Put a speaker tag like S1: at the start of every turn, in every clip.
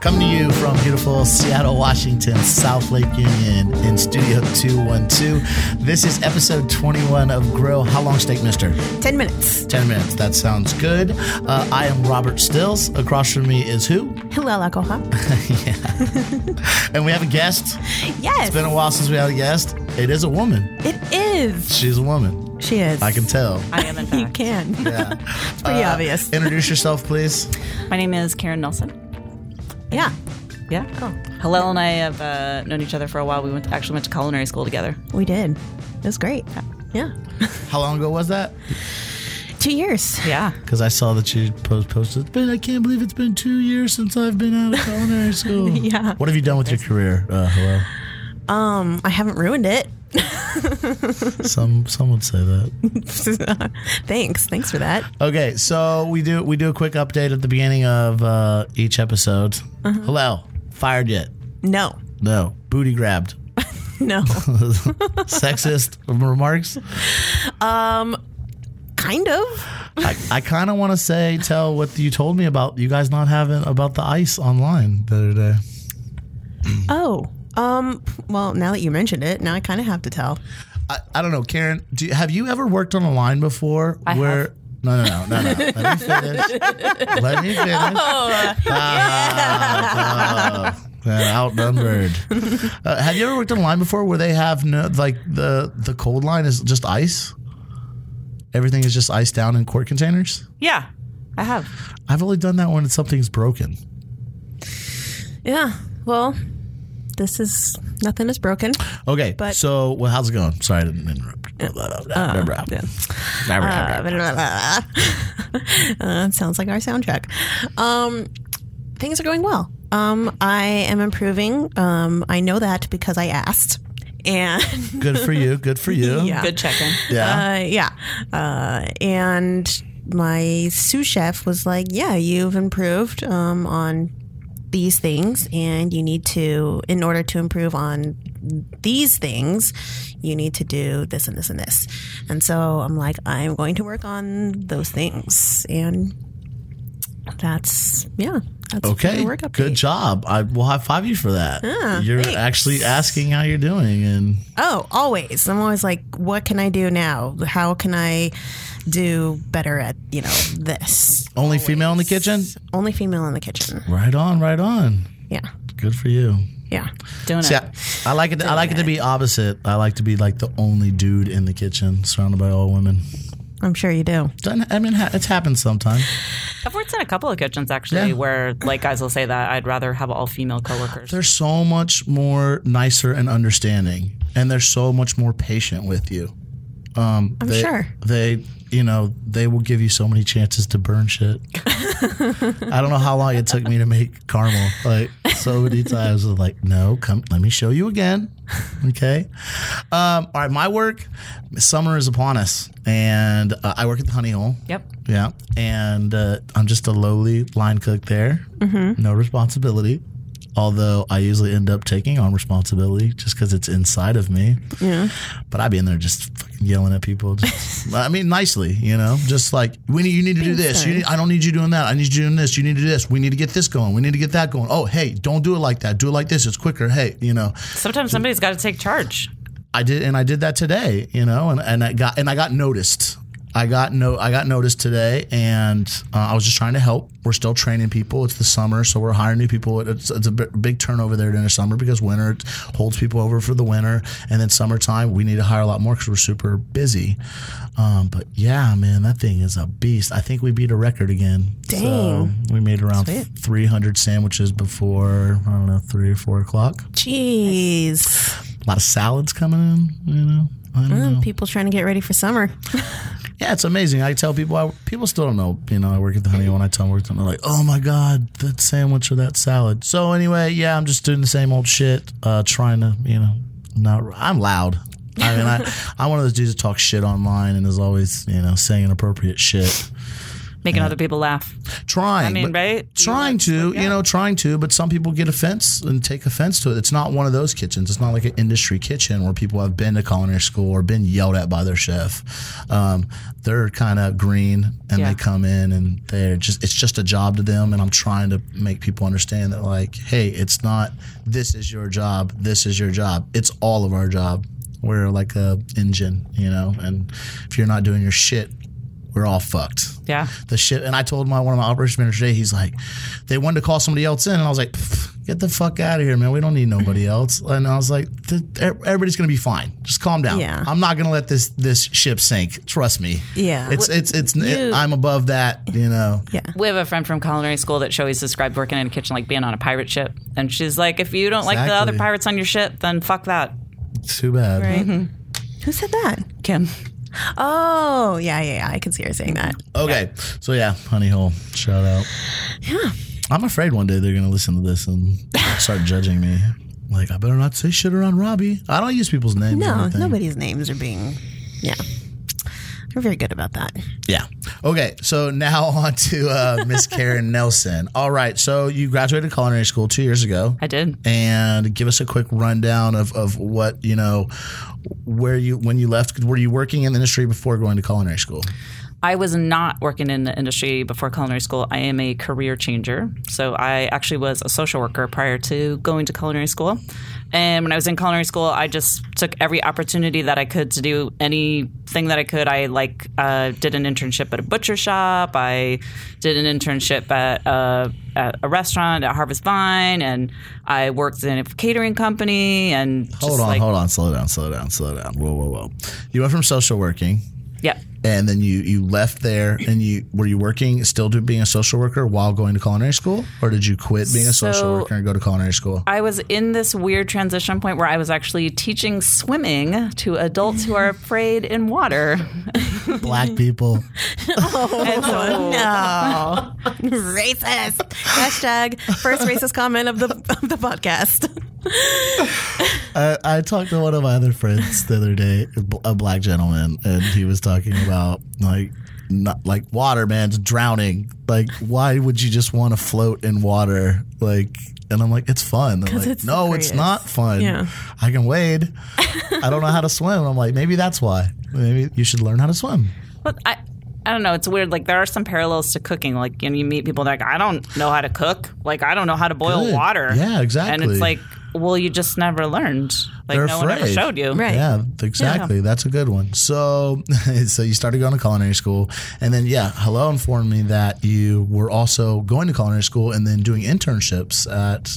S1: Coming to you from beautiful Seattle, Washington, South Lake Union in Studio 212. This is episode 21 of Grow. How long steak, mister?
S2: 10 minutes.
S1: 10 minutes. That sounds good. Uh, I am Robert Stills. Across from me is who?
S2: Hillel Akoha.
S1: And we have a guest.
S2: Yes,
S1: It's been a while since we had a guest. It is a woman.
S2: it is.
S1: She's a woman.
S2: She is.
S1: I can tell.
S3: I am, in
S2: You
S3: fact.
S2: can.
S1: Yeah. Uh,
S2: It's pretty obvious.
S1: Introduce yourself, please.
S3: My name is Karen Nelson.
S2: yeah.
S3: Yeah.
S1: Oh.
S3: Hillel and I have uh, known each other for a while. We went actually went to culinary school together.
S2: We did. It was great. Yeah.
S1: How long ago was that?
S2: Two years.
S3: Yeah.
S1: Because I saw that you post- posted, but I can't believe it's been two years since I've been out of culinary school.
S2: Yeah.
S1: What have you done with your career? Uh, hello.
S2: Um, I haven't ruined it.
S1: Some some would say that.
S2: Thanks. Thanks for that.
S1: Okay, so we do we do a quick update at the beginning of uh, each episode. Hello, fired yet?
S2: No.
S1: No, booty grabbed.
S2: No.
S1: Sexist remarks.
S2: Um, kind of.
S1: I, I kind of want to say tell what you told me about you guys not having about the ice online the other day.
S2: Oh. Um, well, now that you mentioned it, now I kind of have to tell.
S1: I, I don't know, Karen. Do you, have you ever worked on a line before?
S3: I
S1: where
S3: have.
S1: no, no, no, no, no. Let me finish. Let me finish.
S2: Oh.
S1: Ah, no. Man, outnumbered. Uh, have you ever worked on a line before where they have no like the the cold line is just ice? Everything is just iced down in quart containers.
S3: Yeah. I have.
S1: I've only done that when something's broken.
S2: Yeah. Well, this is nothing is broken.
S1: Okay,
S2: But-
S1: so well, how's it going? Sorry, I didn't interrupt.
S2: yeah.
S1: Interrupt.
S2: Uh, it Uh, sounds like our soundtrack. Um, things are going well. Um, I am improving. Um, I know that because I asked. And
S1: Good for you. Good for you.
S2: Yeah.
S3: Good check in.
S1: Yeah.
S2: uh, yeah. Uh, and my sous chef was like, Yeah, you've improved um, on these things, and you need to, in order to improve on these things, you need to do this and this and this. And so I'm like, I'm going to work on those things. And that's, yeah, that's
S1: Okay.
S2: my work update.
S1: Good job. I will high five you for that. you're
S2: thanks.
S1: actually asking how you're doing, and
S2: Oh, always. I'm always like, what can I do now? How can I do better at, you know, this?
S1: only female in the kitchen.
S2: Only female in the kitchen.
S1: Right on. Right on.
S2: Yeah.
S1: Good for you.
S2: Yeah.
S3: Doing it.
S1: Yeah, I like it. I like it to be opposite. I like to be like the only dude in the kitchen, surrounded by all women.
S2: I'm sure you do.
S1: Done- I mean, ha- it's happened sometimes.
S3: I've worked in a couple of kitchens actually
S1: Yeah.
S3: where like guys will say that I'd rather have all female coworkers.
S1: They're so much more nicer and understanding, and they're so much more patient with you. Um, I'm
S2: sure.
S1: they, you know, they will give you so many chances to burn shit. I don't know how long it took me to make caramel. Like so many times, I was like, no, come, let me show you again. Okay. Um, all right, my work. Summer is upon us, and uh, I work at the Honey Hole.
S3: Yep.
S1: Yeah, and uh, I'm just a lowly line cook there. No responsibility, although I usually end up taking on responsibility just because it's inside of me.
S2: Yeah.
S1: But I be in there just fucking yelling at people. Just, I mean, nicely, you know, just like we need you need to do this. You need, I don't need you doing that. I need you doing this. You need to do this. We need to get this going. We need to get that going. Oh, hey, don't do it like that. Do it like this. It's quicker. Hey, you know,
S3: Sometimes somebody's got to take charge.
S1: I did, and I did that today, you know, and, and I got and I got noticed. I got no, I got noticed today, and uh, I was just trying to help. We're still training people. It's the summer, so we're hiring new people. It's, it's a bi- big turnover there during the summer because winter holds people over for the winter, and then summertime we need to hire a lot more because we're super busy. Um, but yeah, man, that thing is a beast. I think we beat a record again. So
S2: Dang.
S1: we made around three hundred sandwiches before I don't know three or four o'clock.
S2: Jeez.
S1: A lot of salads coming in, you know. I
S2: Mm.
S1: don't know.
S2: People trying to get ready for summer.
S1: Yeah, it's amazing. I tell people, I, people still don't know. You know, I work at the Honey. When I tell them I work there, they're like, "Oh my god, that sandwich or that salad." So anyway, yeah, I'm just doing the same old shit, uh, trying to, you know, not. I'm loud. I mean, I, I'm one of those dudes that talk shit online and is always, you know, saying inappropriate shit.
S3: making other people laugh.
S1: trying.
S3: I mean,
S1: but-
S3: right?
S1: Trying to, you know, trying to, but some people get offense and take offense to it. It's not one of those kitchens. It's not like an industry kitchen where people have been to culinary school or been yelled at by their chef. Um, they're kind of green and
S3: Yeah.
S1: they come in and they're just, it's just a job to them. And I'm trying to make people understand that, like, hey, it's not, this is your job. This is your job. It's all of our job. We're like a engine, you know, and if you're not doing your shit, we're all fucked
S3: Yeah.
S1: the shit. And I told my one of my operations managers today, he's like, they wanted to call somebody else in, and I was like, "Pff, get the fuck out of here, man. We don't need nobody else. And I was like, "Th- e, everybody's gonna be fine. Just calm down.
S2: Yeah.
S1: I'm not gonna let this this ship sink. Trust me.
S2: Yeah.
S1: It's it's it's.
S3: You-
S1: I'm above that. You know.
S2: Yeah.
S3: We have a friend from culinary school that she always described working in a kitchen like being on a pirate ship. And she's like, if you don't like the
S1: Exactly.
S3: other pirates on your ship, then fuck that,
S1: Too bad.
S2: Right. Who said that?
S3: Kim.
S2: Oh, yeah, yeah, yeah. I can see her saying that.
S1: Okay. So yeah, honey hole. Shout out.
S2: Yeah.
S1: I'm afraid one day they're gonna listen to this and start judging me. Like I better not say shit around Robbie. I don't use people's names. or
S2: No,
S1: anything.
S2: nobody's names are being. Yeah. They're very good about that.
S1: Yeah. Okay. So now on to uh, Miss Karen Nelson. All right. So you graduated culinary school two years ago.
S3: I did.
S1: And give us a quick rundown of, of what, you know, where you, when you left, were you working in the industry before going to culinary school?
S3: I was not working in the industry before culinary school. I am a career changer. So I actually was a social worker prior to going to culinary school. And when I was in culinary school, I just took every opportunity that I could to do anything that I could. I like uh, did an internship at a butcher shop. I did an internship at a, at a restaurant at Harvest Vine, and I worked in a catering company. And just
S1: Hold on,
S3: like,
S1: hold on, slow down, slow down, slow down. Whoa, whoa, whoa. You went from social working
S3: yeah.
S1: and then you, you left there and you, were you working still do, being a social worker while going to culinary school or did you quit being a social
S3: So-
S1: worker and go to culinary school?
S3: I was in this weird transition point where I was actually teaching swimming to adults who are afraid in water.
S1: Black people.
S3: And so-
S2: No. racist. Hashtag first racist comment of the of the podcast.
S1: I, I talked to one of my other friends the other day, a bl- a black gentleman, and he was talking about like not like water, man, it's drowning. Like, why would you just want to float in water? Like, and I'm like, it's fun. They're like,
S2: it's the
S1: no, it's
S2: greatest."
S1: not fun.
S2: Yeah.
S1: I can wade. I don't know how to swim. And I'm like, maybe that's why. Maybe you should learn how to swim.
S3: but I, I don't know. It's weird. Like there are some parallels to cooking. Like you, know, you meet people that are like I don't know how to cook. Like I don't know how to boil
S1: Good.
S3: water.
S1: Yeah,
S3: And
S1: exactly.
S3: it's like, well, you just never learned. Like
S1: They're
S3: no one ever
S1: afraid.
S3: showed you.
S2: Right.
S1: Yeah, exactly. That's a good one. So, so you started going to culinary school, and then yeah, hello informed me that you were also going to culinary school and then doing internships at.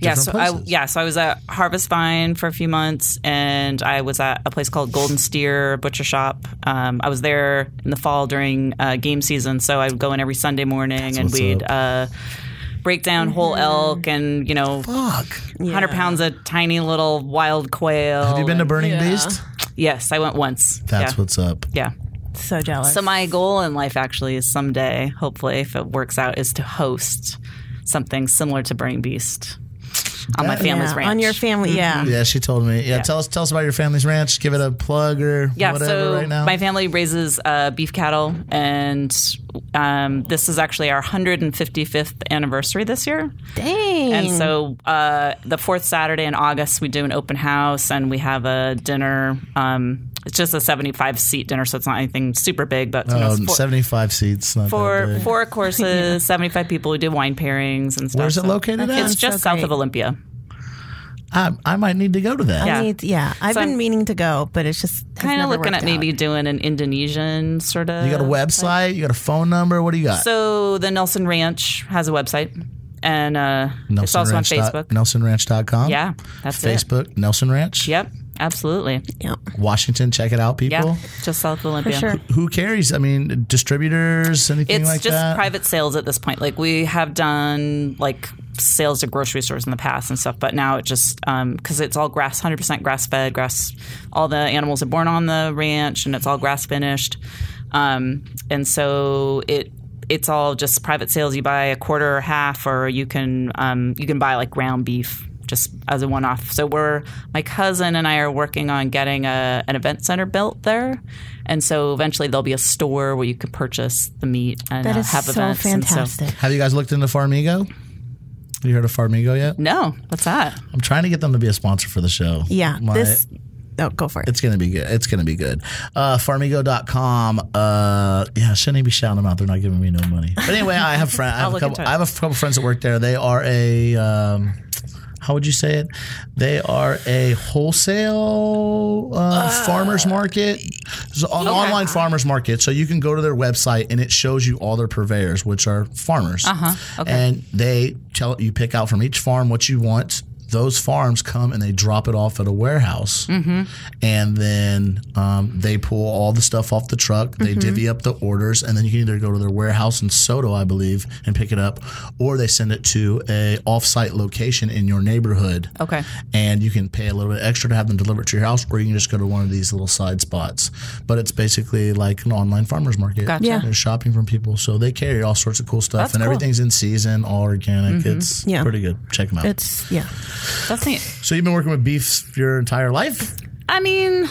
S3: yeah, so
S1: different
S3: I
S1: places.
S3: yeah, so I was at Harvest Vine for a few months, and I was at a place called Golden Steer Butcher Shop. Um, I was there in the fall during uh, game season, so I would go in every Sunday morning, and
S1: what's
S3: we'd
S1: up.
S3: uh, break down whole elk and you know.
S1: Fuck.
S3: 100
S2: Mm-hmm. Yeah.
S3: pounds of tiny little wild quail.
S1: Have you been to Burning
S2: Yeah.
S1: Beast?
S3: Yes, I went once.
S1: That's
S3: yeah.
S1: what's up.
S3: Yeah.
S2: So jealous.
S3: So my goal in life actually is someday, hopefully, if it works out, is to host something similar to Burning Beast on my
S1: That-
S3: family's
S2: yeah,
S3: ranch.
S2: on your family. Yeah.
S1: Yeah, she told me. Yeah, tell us tell us about your family's ranch. Give it a plug or
S3: Yeah,
S1: whatever
S3: so
S1: right now.
S3: my family raises uh, beef cattle, and um, this is actually our 155th anniversary this year.
S2: Dang.
S3: And so uh, the fourth Saturday in August, we do an open house and we have a dinner. Um, it's just a 75 seat dinner, so it's not anything super big, but you know,
S1: Oh,
S3: it's four,
S1: 75 seats. Not that
S3: four,
S1: big.
S3: four courses, 75 people. We do wine pairings and stuff.
S1: Where's it
S3: so
S1: located at?
S3: It's just
S2: so
S3: south
S2: great.
S3: of Olympia.
S1: I, I might need to go to that.
S3: yeah.
S2: I need, yeah. I've
S3: So
S2: been
S3: I'm
S2: meaning to go, but it's just
S3: Kind of looking at maybe doing an Indonesian sort of.
S1: You got a website? You got a phone number? What do you got?
S3: So the Nelson Ranch has a website, and uh, it's also on
S1: NelsonRanch dot-
S3: Facebook.
S1: NelsonRanch.com.
S3: Yeah, that's it.
S1: Facebook, Nelson Ranch.
S3: Yep, absolutely.
S2: Yeah.
S1: Washington. Check it out,
S3: Yeah,
S1: people.
S3: just south of Olympia.
S2: sure.
S1: Who carries? I mean, distributors, anything
S3: It's
S1: like
S3: just
S1: that?
S3: private sales at this point. Like we have done like sales to grocery stores in the past and stuff, but now it just because it's all grass, hundred percent grass fed, grass. All the animals are born on the ranch, and it's all grass finished, um, and so it. It's all just private sales. You buy a quarter or half, or you can um, you can buy like ground beef just as a one-off. So we're my cousin and I are working on getting a, an event center built there, and so eventually there'll be a store where you can purchase the meat and
S2: That
S3: uh,
S2: is
S3: have
S2: so
S3: events. And so-
S2: fantastic.
S1: Have you guys looked into Farmigo? You heard of Farmigo yet?
S3: no, what's that?
S1: I'm trying to get them to be a sponsor for the show.
S2: yeah,
S1: My-
S2: this. Oh, go for it.
S1: It's gonna be good. It's gonna be good. Uh, Farmigo.com. Uh, yeah, shouldn't even be shouting them out. They're not giving me no money. But anyway, I have friend. I have, a
S3: look
S1: couple,
S3: into it.
S1: I have a couple friends that work there. They are a. Um, how would you say it? They are a wholesale uh, farmers market, It's an on- online farmers market. So you can go to their website and it shows you all their purveyors, which are farmers, uh-huh. okay. and they tell you pick out from each farm what you want. Those farms come and they drop it off at a warehouse,
S3: Mm-hmm.
S1: and then um, they pull all the stuff off the truck.
S3: Mm-hmm.
S1: They divvy up the orders, and then you can either go to their warehouse in Soto, I believe, and pick it up, or they send it to a off-site location in your neighborhood
S3: Okay.
S1: and you can pay a little bit extra to have them delivered to your house, or you can just go to one of these little side spots. But it's basically like an online farmers market.
S3: Gotcha.
S2: Yeah.
S1: They're shopping from people, so they carry all sorts of cool stuff,
S3: That's
S1: and
S3: cool. Mm-hmm.
S1: everything's in season, all organic. It's
S2: Yeah.
S1: pretty good. Check them out.
S2: It's yeah.
S3: That's neat.
S1: so you've been working with beef your entire life.
S3: I mean,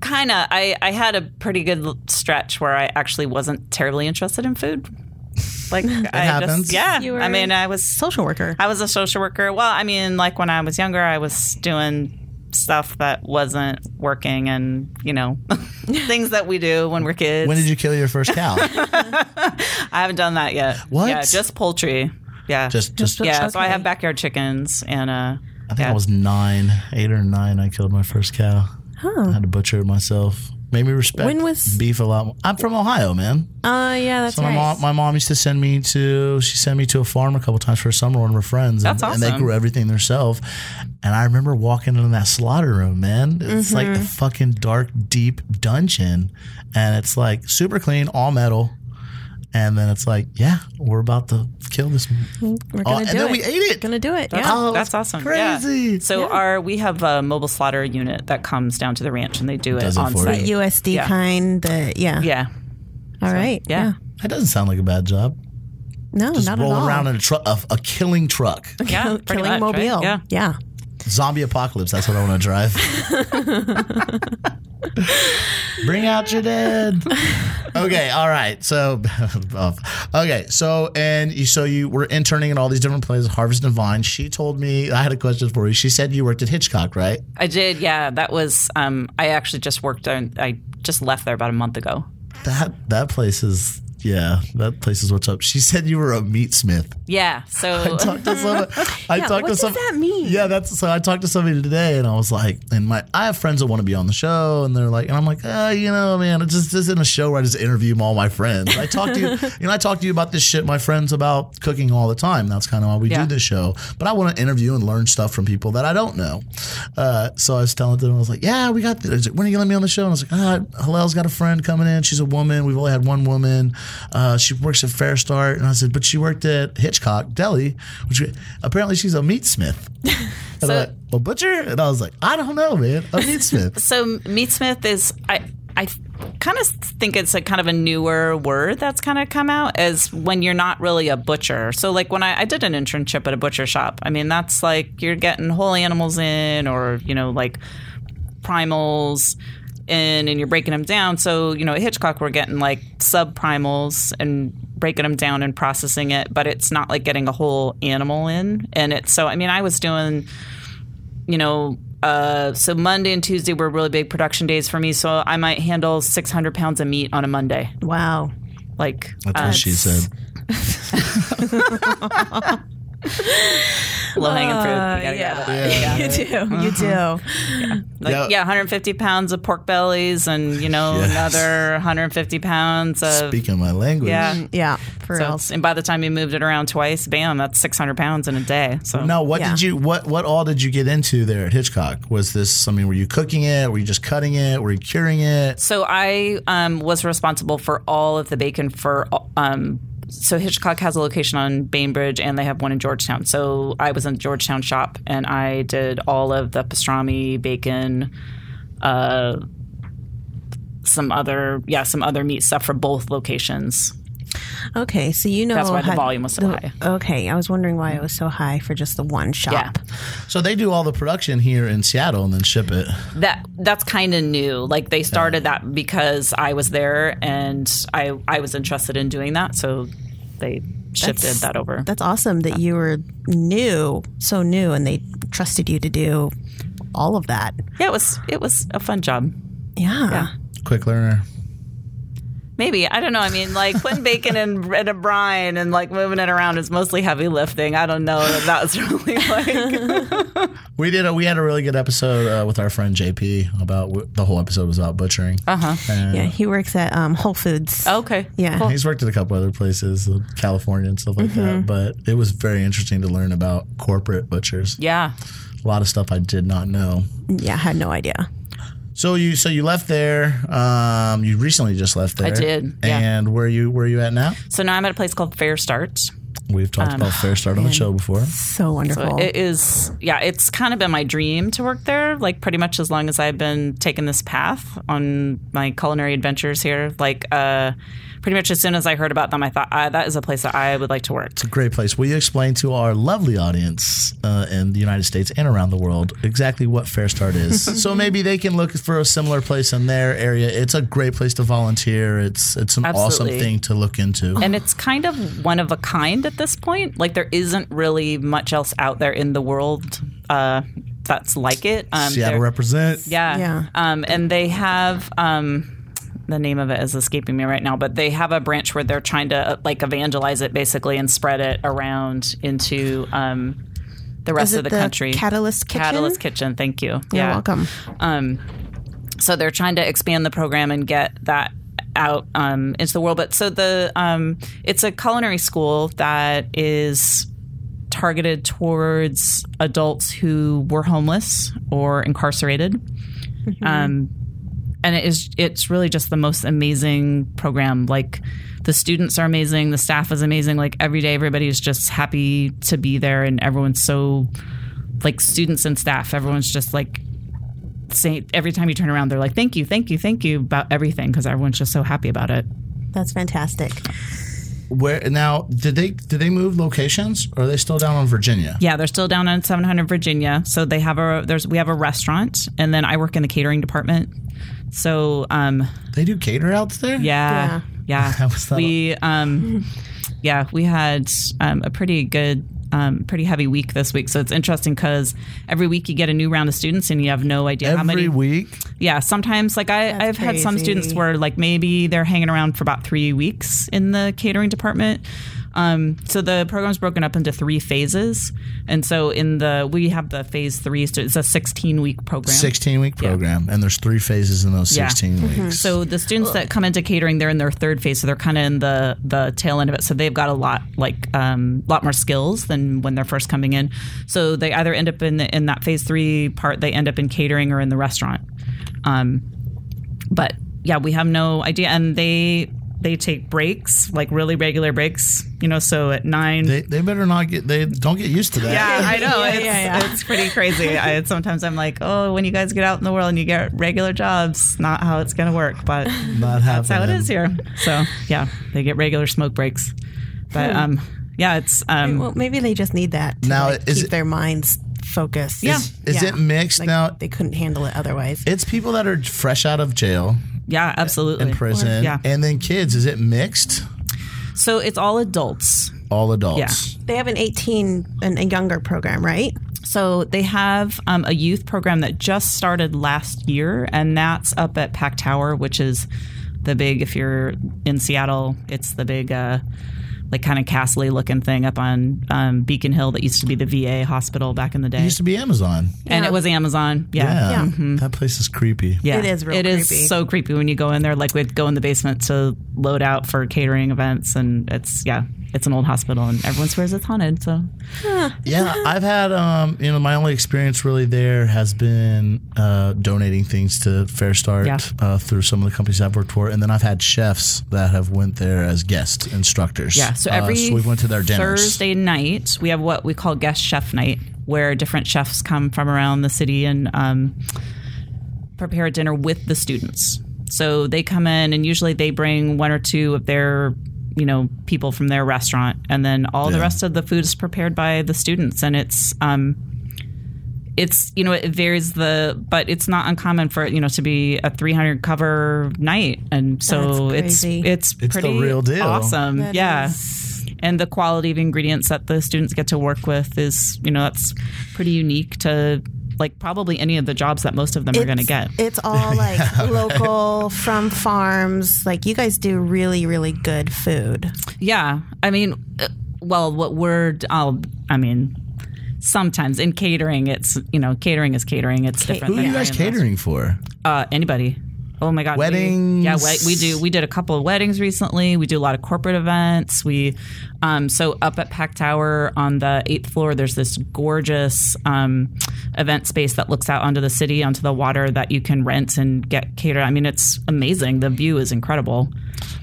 S3: kind of. I, I had a pretty good l- stretch where I actually wasn't terribly interested in food. Like I
S1: happens.
S3: just yeah.
S2: You were-
S3: I mean, I was
S2: Social worker.
S3: I was a social worker. Well, I mean, like when I was younger, I was doing stuff that wasn't working, and you know, things that we do when we're kids.
S1: When did you kill your first cow?
S3: I haven't done that yet.
S1: What?
S3: Yeah, just poultry. Yeah,
S1: just, just.
S3: yeah. So I
S2: okay.
S3: have backyard chickens and uh.
S1: I think
S3: yeah.
S1: I was nine, eight or nine. I killed my first cow. I had to butcher it myself. Made me respect
S2: When was-
S1: beef a lot. More. I'm from Ohio, man.
S2: Uh, yeah, that's
S1: So my
S2: right.
S1: mom, my mom used to send me to. She sent me to a farm a couple times for a summer. One of her friends, and,
S3: That's
S1: and they
S3: awesome.
S1: grew everything themselves. And I remember walking into that slaughter room, man. It's like
S2: Mm-hmm.
S1: the fucking dark, deep dungeon, and it's like super clean, all metal. And then it's like, yeah, we're about to kill this.
S2: We're
S1: Oh,
S2: gonna
S1: and
S2: do
S1: then
S2: it.
S1: we ate it.
S2: Gonna do it. Yeah.
S1: Oh,
S3: that's
S1: it's
S3: awesome. Yeah.
S1: Crazy.
S3: So our we have a mobile slaughter unit that comes down to the ranch and they do it
S1: Does it
S3: on
S1: for
S3: site.
S1: you.
S2: USD
S3: Yeah.
S2: kind. The yeah.
S3: Yeah.
S2: All right.
S3: yeah.
S1: that doesn't sound like a bad job.
S2: No,
S1: Just
S2: not at
S1: rolling
S2: all.
S1: around in a truck, a, a killing truck,
S3: Yeah.
S2: Kill-
S3: pretty
S2: killing
S3: much, right?
S2: mobile.
S3: Yeah.
S2: Yeah.
S1: zombie apocalypse. That's what I want to drive. Bring out your dead. Okay, all right. So, okay, so and you, so you were interning in all these different places, Harvest and Vine. She told me I had a question for you. She said you worked at Hitchcock, right?
S3: I did. Yeah. That was, um, I actually just worked on, I just left there about a month ago.
S1: That that place is yeah, that place is what's up. She said you were a meat smith.
S3: Yeah. So,
S1: I talked to someone. I
S2: Yeah,
S1: talked
S2: what
S1: to
S2: does
S1: some,
S2: that mean?
S1: Yeah, that's so. I talked to somebody today, and I was like, and my I have friends that want to be on the show, and they're like, and I'm like, uh, you know, man, it's just this isn't a show where I just interview all my friends. I talk to you, you know, I talk to you about this shit, my friends about cooking all the time. That's kind of why we
S3: Yeah.
S1: do this show. But I want to interview and learn stuff from people that I don't know. Uh, so I was telling them, I was like, yeah, we got. This. When are you gonna let me on the show? And I was like, ah, Hillel's got a friend coming in. She's a woman. We've only had one woman. Uh, she works at Fair Start, and I said, but she worked at Hitchcock Deli, which apparently she's a meat smith. And they're
S3: So-
S1: like, a butcher? And I was like, I don't know, man. A meat smith.
S3: so meat smith is, I, I kind of think it's a kind of a newer word that's kind of come out as when you're not really a butcher. So like when I, I did an internship at a butcher shop, I mean, that's like you're getting whole animals in or, you know, like primals in and you're breaking them down. So, you know, at Hitchcock, we're getting like sub primals and breaking them down and processing it, but it's not like getting a whole animal in. And it's so, I mean, I was doing, you know, uh, so Monday and Tuesday were really big production days for me. So I might handle 600 pounds of meat on a Monday.
S2: Wow.
S3: Like, uh,
S1: That's what she said.
S3: low hanging fruit. You gotta
S2: yeah.
S3: grab it.
S1: Uh,
S2: You do. You
S1: mm-hmm.
S2: do.
S3: Like,
S1: Yeah.
S3: yeah. 150 pounds of pork bellies and, you know,
S1: Yes.
S3: another 150 pounds of.
S1: Speaking my language.
S3: yeah.
S2: Yeah. For
S3: Mm-hmm. So
S2: real.
S3: it's- and by the time you moved it around twice, bam, that's 600 pounds in a day. So
S1: Now, what
S2: Yeah.
S1: did you what what all did you get into there at Hitchcock? Was this something? Were you cooking it? Were you just cutting it? Were you curing it?
S3: So I um, was responsible for all of the bacon for. Um, so Hitchcock has a location on Bainbridge, and they have one in Georgetown. So I was in the Georgetown shop, and I did all of the pastrami, bacon, uh, some other yeah, some other meat stuff for both locations.
S2: Okay, so you know
S3: That's why the
S2: how-
S3: volume was so high.
S2: Okay, I was wondering why it was so high for just the one shop.
S3: Yeah.
S1: So they do all the production here in Seattle and then ship it.
S3: that that's kind of new. Like they started that because I was there and I I was interested in doing that, so they shifted
S2: That's-
S3: that over.
S2: That's awesome that you were new, so new, and they trusted you to do all of that.
S3: Yeah, it was it was a fun job.
S2: Yeah.
S1: Quick learner.
S3: Maybe I don't know. I mean, like putting bacon in, in a brine and like moving it around is mostly heavy lifting. I don't know that that's really like.
S1: We did. A, we had a really good episode uh, with our friend JP about w- the whole episode was about butchering. Uh huh.
S2: Uh-huh. Yeah, he works at um, Whole Foods.
S3: okay.
S2: Yeah.
S1: He's worked at a couple other places, uh, California and stuff like
S2: Mm-hmm.
S1: that. But it was very interesting to learn about corporate butchers.
S3: Yeah.
S1: A lot of stuff I did not know.
S2: Yeah, I had no idea.
S1: So you so you left there. Um, you recently just left there.
S3: did, yeah.
S1: And where you where you at now?
S3: So now I'm at a place called Fair Start.
S1: We've talked
S3: Um,
S1: about Fair Start on the show before.
S2: So wonderful.
S3: It is, yeah, it's kind of been my dream to work there, like pretty much as long as I've been taking this path on my culinary adventures here. Like, uh, pretty much as soon as I heard about them, I thought, ah, that is a place that I would like to work.
S1: Great place. Will you explain to our lovely audience uh, in the United States and around the world exactly what Fair Start is? so maybe they can look for a similar place in their area. It's a great place to volunteer. It's it's an awesome
S3: Absolutely.
S1: thing to look into.
S3: And it's kind of one of a kind at this point. Like, there isn't really much else out there in the world uh, that's like it. Um,
S1: Seattle
S3: there-
S1: represent.
S3: Yeah.
S2: Yeah.
S3: Um, and they have um, the name of it is escaping me right now, but they have a branch where they're trying to uh, like evangelize it basically and spread it around into um, the rest
S2: Is it
S3: of the,
S2: the
S3: country.
S2: Catalyst Kitchen?
S3: Catalyst Kitchen. Thank you.
S2: You're
S3: yeah.
S2: welcome.
S3: Um, so they're trying to expand the program and get that out um, into the world. But so the um, it's a culinary school that is targeted towards adults who were homeless or incarcerated. Um, and it is it's really just the most amazing program. Like the students are amazing, the staff is amazing. Like every day, everybody's just happy to be there, and everyone's so like students and staff. Everyone's just like saying every time you turn around, they're like, "Thank you, thank you, thank you" about everything because everyone's just so happy about it.
S2: That's fantastic.
S1: Where now did they did they move locations or are they still down on Virginia?
S3: Yeah, they're still down in 700 Virginia. So they have a there's we have a restaurant, and then I work in the catering department. So um,
S1: They do cater outs there?
S3: yeah, yeah,
S1: That was the-
S3: we um, yeah we had um, a pretty good. Um, pretty heavy week this week, so it's interesting because every week you get a new round of students and you have no idea how
S1: Every
S3: many.
S1: week.
S3: Yeah, sometimes like I, I've had some
S2: crazy.
S3: students where like maybe they're hanging around for about three weeks in the catering department. Um, so the program's broken up into three phases, and so in the we have the phase three. So it's a sixteen week program.
S1: Sixteen week program. And there's three phases in those
S3: Yeah. Mm-hmm.
S1: sixteen weeks.
S3: So the students that come into catering, they're in their third phase, so they're kind of in the the tail end of it. So they've got a lot like um, lot more skills than when they're first coming in. So they either end up in the, in that phase three part, they end up in catering or in the restaurant. Um, but yeah, we have no idea, and they they take breaks like really regular breaks, you know. So at nine,
S1: they, they better not get they don't get used to that.
S3: yeah, I know.
S2: Yeah,
S3: it's,
S2: yeah, yeah.
S3: it's pretty crazy. I, sometimes I'm like, oh, when you guys get out in the world and you get regular jobs, not how it's going to work. But
S1: Not
S3: that's how it is here. So yeah, they get regular smoke breaks. But um, yeah, it's um,
S2: Well, maybe they just need that to
S1: Now,
S2: like,
S1: is
S2: keep
S1: it-
S2: their minds focused.
S3: Yeah.
S1: Is it mixed
S2: Like,
S1: now?
S2: They couldn't handle it otherwise.
S1: It's people that are fresh out of jail,
S3: yeah, absolutely.
S1: prison,
S3: Yeah.
S1: and then kids. Is it mixed?
S3: So it's all adults.
S1: All adults.
S2: They have an 18 and a younger program, right?
S3: So they have um, a youth program that just started last year, and that's up at Pack Tower, which is the big. If you're in Seattle, it's the big. Uh, like kind of Castley looking thing up on um, Beacon Hill that used to be the VA hospital back in the day,
S1: It used to be Amazon.
S3: and it was Amazon.
S1: Yeah.
S2: Yeah.
S3: Mm-hmm.
S1: That place is creepy.
S3: Yeah,
S2: It is real
S3: It is
S2: creepy.
S3: so creepy when you go in there. Like we'd go in the basement to load out for catering events, and it's yeah, it's an old hospital, and everyone swears it's haunted. So
S1: Yeah. I've had, um, you know, my only experience really there has been uh, donating things to Fair Start
S3: Yeah.
S1: uh, through some of the companies I've worked for, and then I've had chefs that have went there as guest instructors.
S3: yeah, so
S1: Uh,
S3: every
S1: so we went to their dinners.
S3: Thursday night. We have what we call guest chef night, where different chefs come from around the city and um, prepare a dinner with the students. So they come in, and usually they bring one or two of their you know people from their restaurant, and then all the
S1: Yeah.
S3: rest of the food is prepared by the students, and it's um, it's you know it varies the but it's not uncommon for it you know to be a 300 cover night and so
S2: That's
S3: it's
S2: crazy.
S3: it's
S1: It's the
S3: pretty
S1: real deal.
S3: awesome
S2: That
S3: Um, yeah
S2: is-
S3: and the quality of ingredients that the students get to work with is you know that's pretty unique to like probably any of the jobs that most of them are going to get
S2: It's all like local from farms. Like you guys do really, really good food.
S3: Yeah, I mean, uh, well, what we're I'll, I mean, sometimes in catering, it's you know, catering is catering. It's different.
S1: Who are
S3: than
S1: you guys
S3: Italian
S1: catering for?
S3: restaurant. Uh, anybody. Oh my God! we-
S1: Weddings?
S3: yeah, we, we do. We did a couple of weddings recently. We do a lot of corporate events. We, um, so up at Pack Tower on the eighth floor, there's this gorgeous um, event space that looks out onto the city, onto the water that you can rent and get catered. I mean, it's amazing. The view is incredible.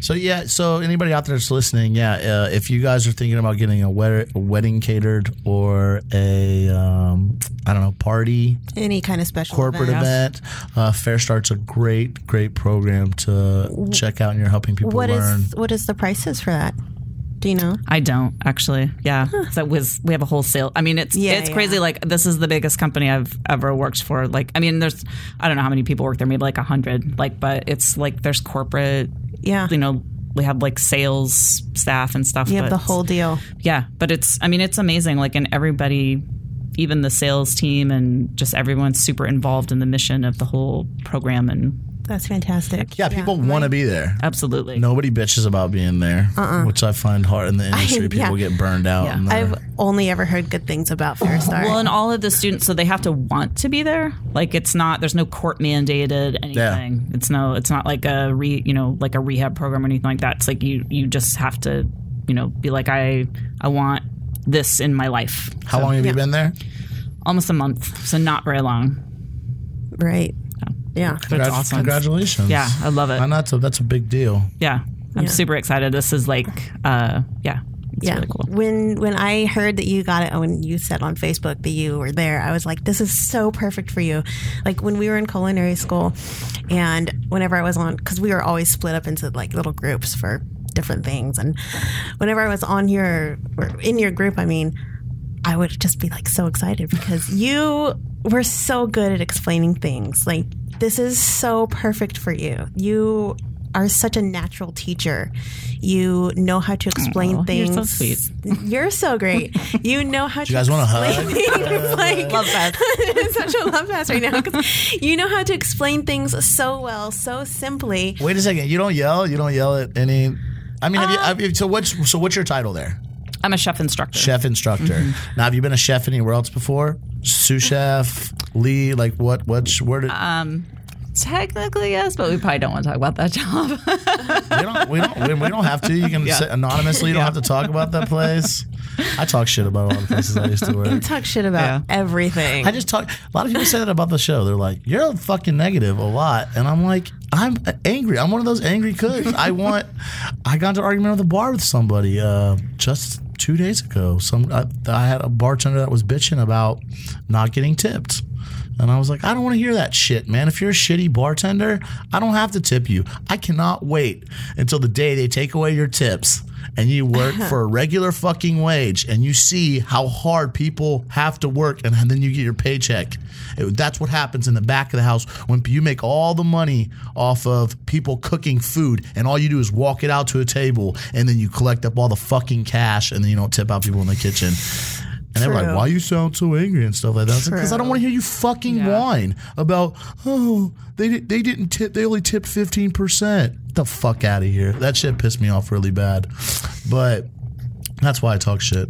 S1: So yeah, so anybody out there that's listening, yeah, uh, if you guys are thinking about getting a, wed- a wedding catered or a um, I don't know party
S2: Any kind of special
S1: corporate
S2: event.
S1: event, uh, Fair Start's a great great program to check out, and you're helping people
S2: What
S1: learn.
S2: is what is the prices for that? Do you know?
S3: I don't actually. Yeah, that was we have a whole sale. I mean, it's
S2: Yeah,
S3: it's
S2: yeah.
S3: crazy. Like this is the biggest company I've ever worked for. Like I mean, there's I don't know how many people work there, maybe like a hundred. Like, but it's like there's corporate.
S2: Yeah,
S3: You know, we have like sales staff and stuff.
S2: you
S3: but
S2: have the whole deal.
S3: yeah, but it's I mean it's amazing. Like and everybody, even the sales team and just everyone's super involved in the mission of the whole program and
S2: That's fantastic.
S1: yeah, people want to be there.
S3: absolutely.
S1: Nobody bitches about being there, which I find hard in the industry.
S2: yeah.
S1: People get burned out.
S3: Uh-uh. Yeah.
S1: and they're-
S2: I've only ever heard good things about Fair Star.
S3: Well, and all of the students, so they have to want to be there. Like it's not, there's no court mandated anything. It's no, it's not like a re, you know, like a rehab program or anything like that. It's like you, you just have to, you know, be like, I, I want this in my life.
S1: how long have you been there?
S3: Almost a month, so not very long.
S2: right. Yeah.
S3: But it's
S1: Congrat-
S3: awesome.
S1: Congratulations.
S3: Yeah, I love it.
S1: And that's a, that's a big deal.
S3: Yeah, I'm
S2: Yeah.
S3: super excited. This is like, uh, yeah, it's
S2: yeah.
S3: really cool.
S2: When when I heard that you got it, when you said on Facebook that you were there, I was like, this is so perfect for you. Like when we were in culinary school, and whenever I was on, because we were always split up into like little groups for different things, and whenever I was on your or in your group, I mean, I would just be like so excited because you were so good at explaining things. Like this is so perfect for you. You are such a natural teacher. You know how to explain
S3: Aw, you're
S2: things.
S3: so sweet.
S2: You're so great. You know how to
S1: You guys want to hug?
S2: explain things. Like love fest. such a love fest right now. 'cause You know how to explain things so well, so simply.
S1: Wait a second. You don't yell. You don't yell at any. I mean, have
S3: Uh,
S1: you, have you, so what's so what's your title there?
S3: I'm a chef instructor.
S1: Chef instructor.
S3: Mm-hmm.
S1: Now, have you been a chef anywhere else before? Sous chef, lead. Like what? What's where? Did,
S3: Um, Technically, yes, but we probably don't want to talk about that job.
S1: we don't. We don't. We, we don't have to. You can say anonymously. You don't have to talk about that place. I talk shit about all the places I used to work.
S2: Talk shit about everything.
S1: I just talk. A lot of people say that about the show. They're like, "You're fucking negative a lot," and I'm like, "I'm angry. I'm one of those angry cooks. I want." I got into an argument at the bar with somebody uh, just two days ago. Some I, I had a bartender that was bitching about not getting tipped. And I was like, I don't want to hear that shit, man. If you're a shitty bartender, I don't have to tip you. I cannot wait until the day they take away your tips and you work for a regular fucking wage and you see how hard people have to work and then you get your paycheck. It- that's what happens in the back of the house when you make all the money off of people cooking food and all you do is walk it out to a table and then you collect up all the fucking cash and then you don't tip out people in the kitchen. And they're like,
S2: True.
S1: why you sound so angry and stuff like that? Because I don't want to hear you fucking whine about, oh, they di- they didn't tip, they only tipped fifteen percent. The fuck out of here. That shit pissed me off really bad. But that's why I talk shit.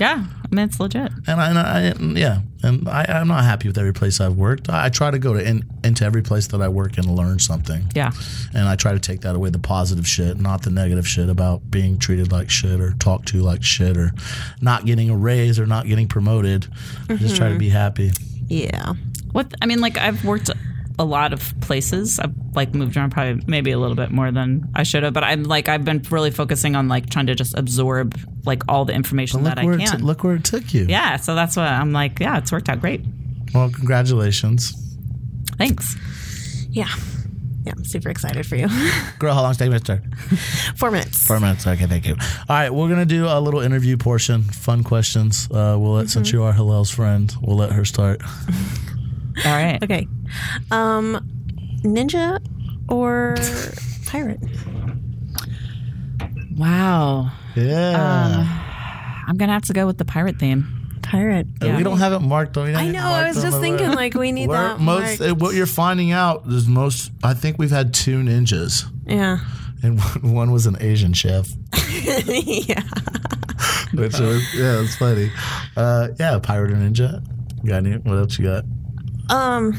S3: yeah, I mean it's legit.
S1: And I, and I and yeah, and I, I'm not happy with every place I've worked. I, I try to go to in, into every place that I work and learn something.
S3: Yeah.
S1: And I try to take that away the positive shit, not the negative shit about being treated like shit or talked to like shit or not getting a raise or not getting promoted. I just try
S2: Mm-hmm.
S1: to be happy.
S2: yeah.
S3: What I mean, like I've worked a lot of places. I've like moved around probably maybe a little bit more than I should have, but I'm like I've been really focusing on like trying to just absorb like all the information
S1: Look
S3: that
S1: where
S3: I
S1: it
S3: can.
S1: t- look where it took you.
S3: yeah, so that's what I'm like. Yeah, it's worked out great.
S1: Well, congratulations.
S3: Thanks.
S2: Yeah. Yeah, I'm super excited for you.
S1: Girl, how long's taking to
S2: Four minutes.
S1: Four minutes. Okay, thank you. All right, we're gonna do a little interview portion, fun questions. Uh, we'll let since
S2: Mm-hmm.
S1: you are Hillel's friend, we'll let her start.
S3: All right.
S2: Okay. Um, ninja or pirate?
S3: Wow.
S2: Um,
S1: Yeah,
S3: I'm gonna have to go with the pirate theme.
S2: Pirate.
S1: we don't have it marked. We
S2: I know. I was just thinking, like, we need that.
S1: most
S2: marked.
S1: uh, what you're finding out is most. I think we've had two ninjas,
S2: yeah.
S1: and one, one was an Asian chef.
S2: yeah.
S1: Which is, yeah, it's funny. Uh, yeah, pirate or ninja. Got any? What else you got?
S2: Um,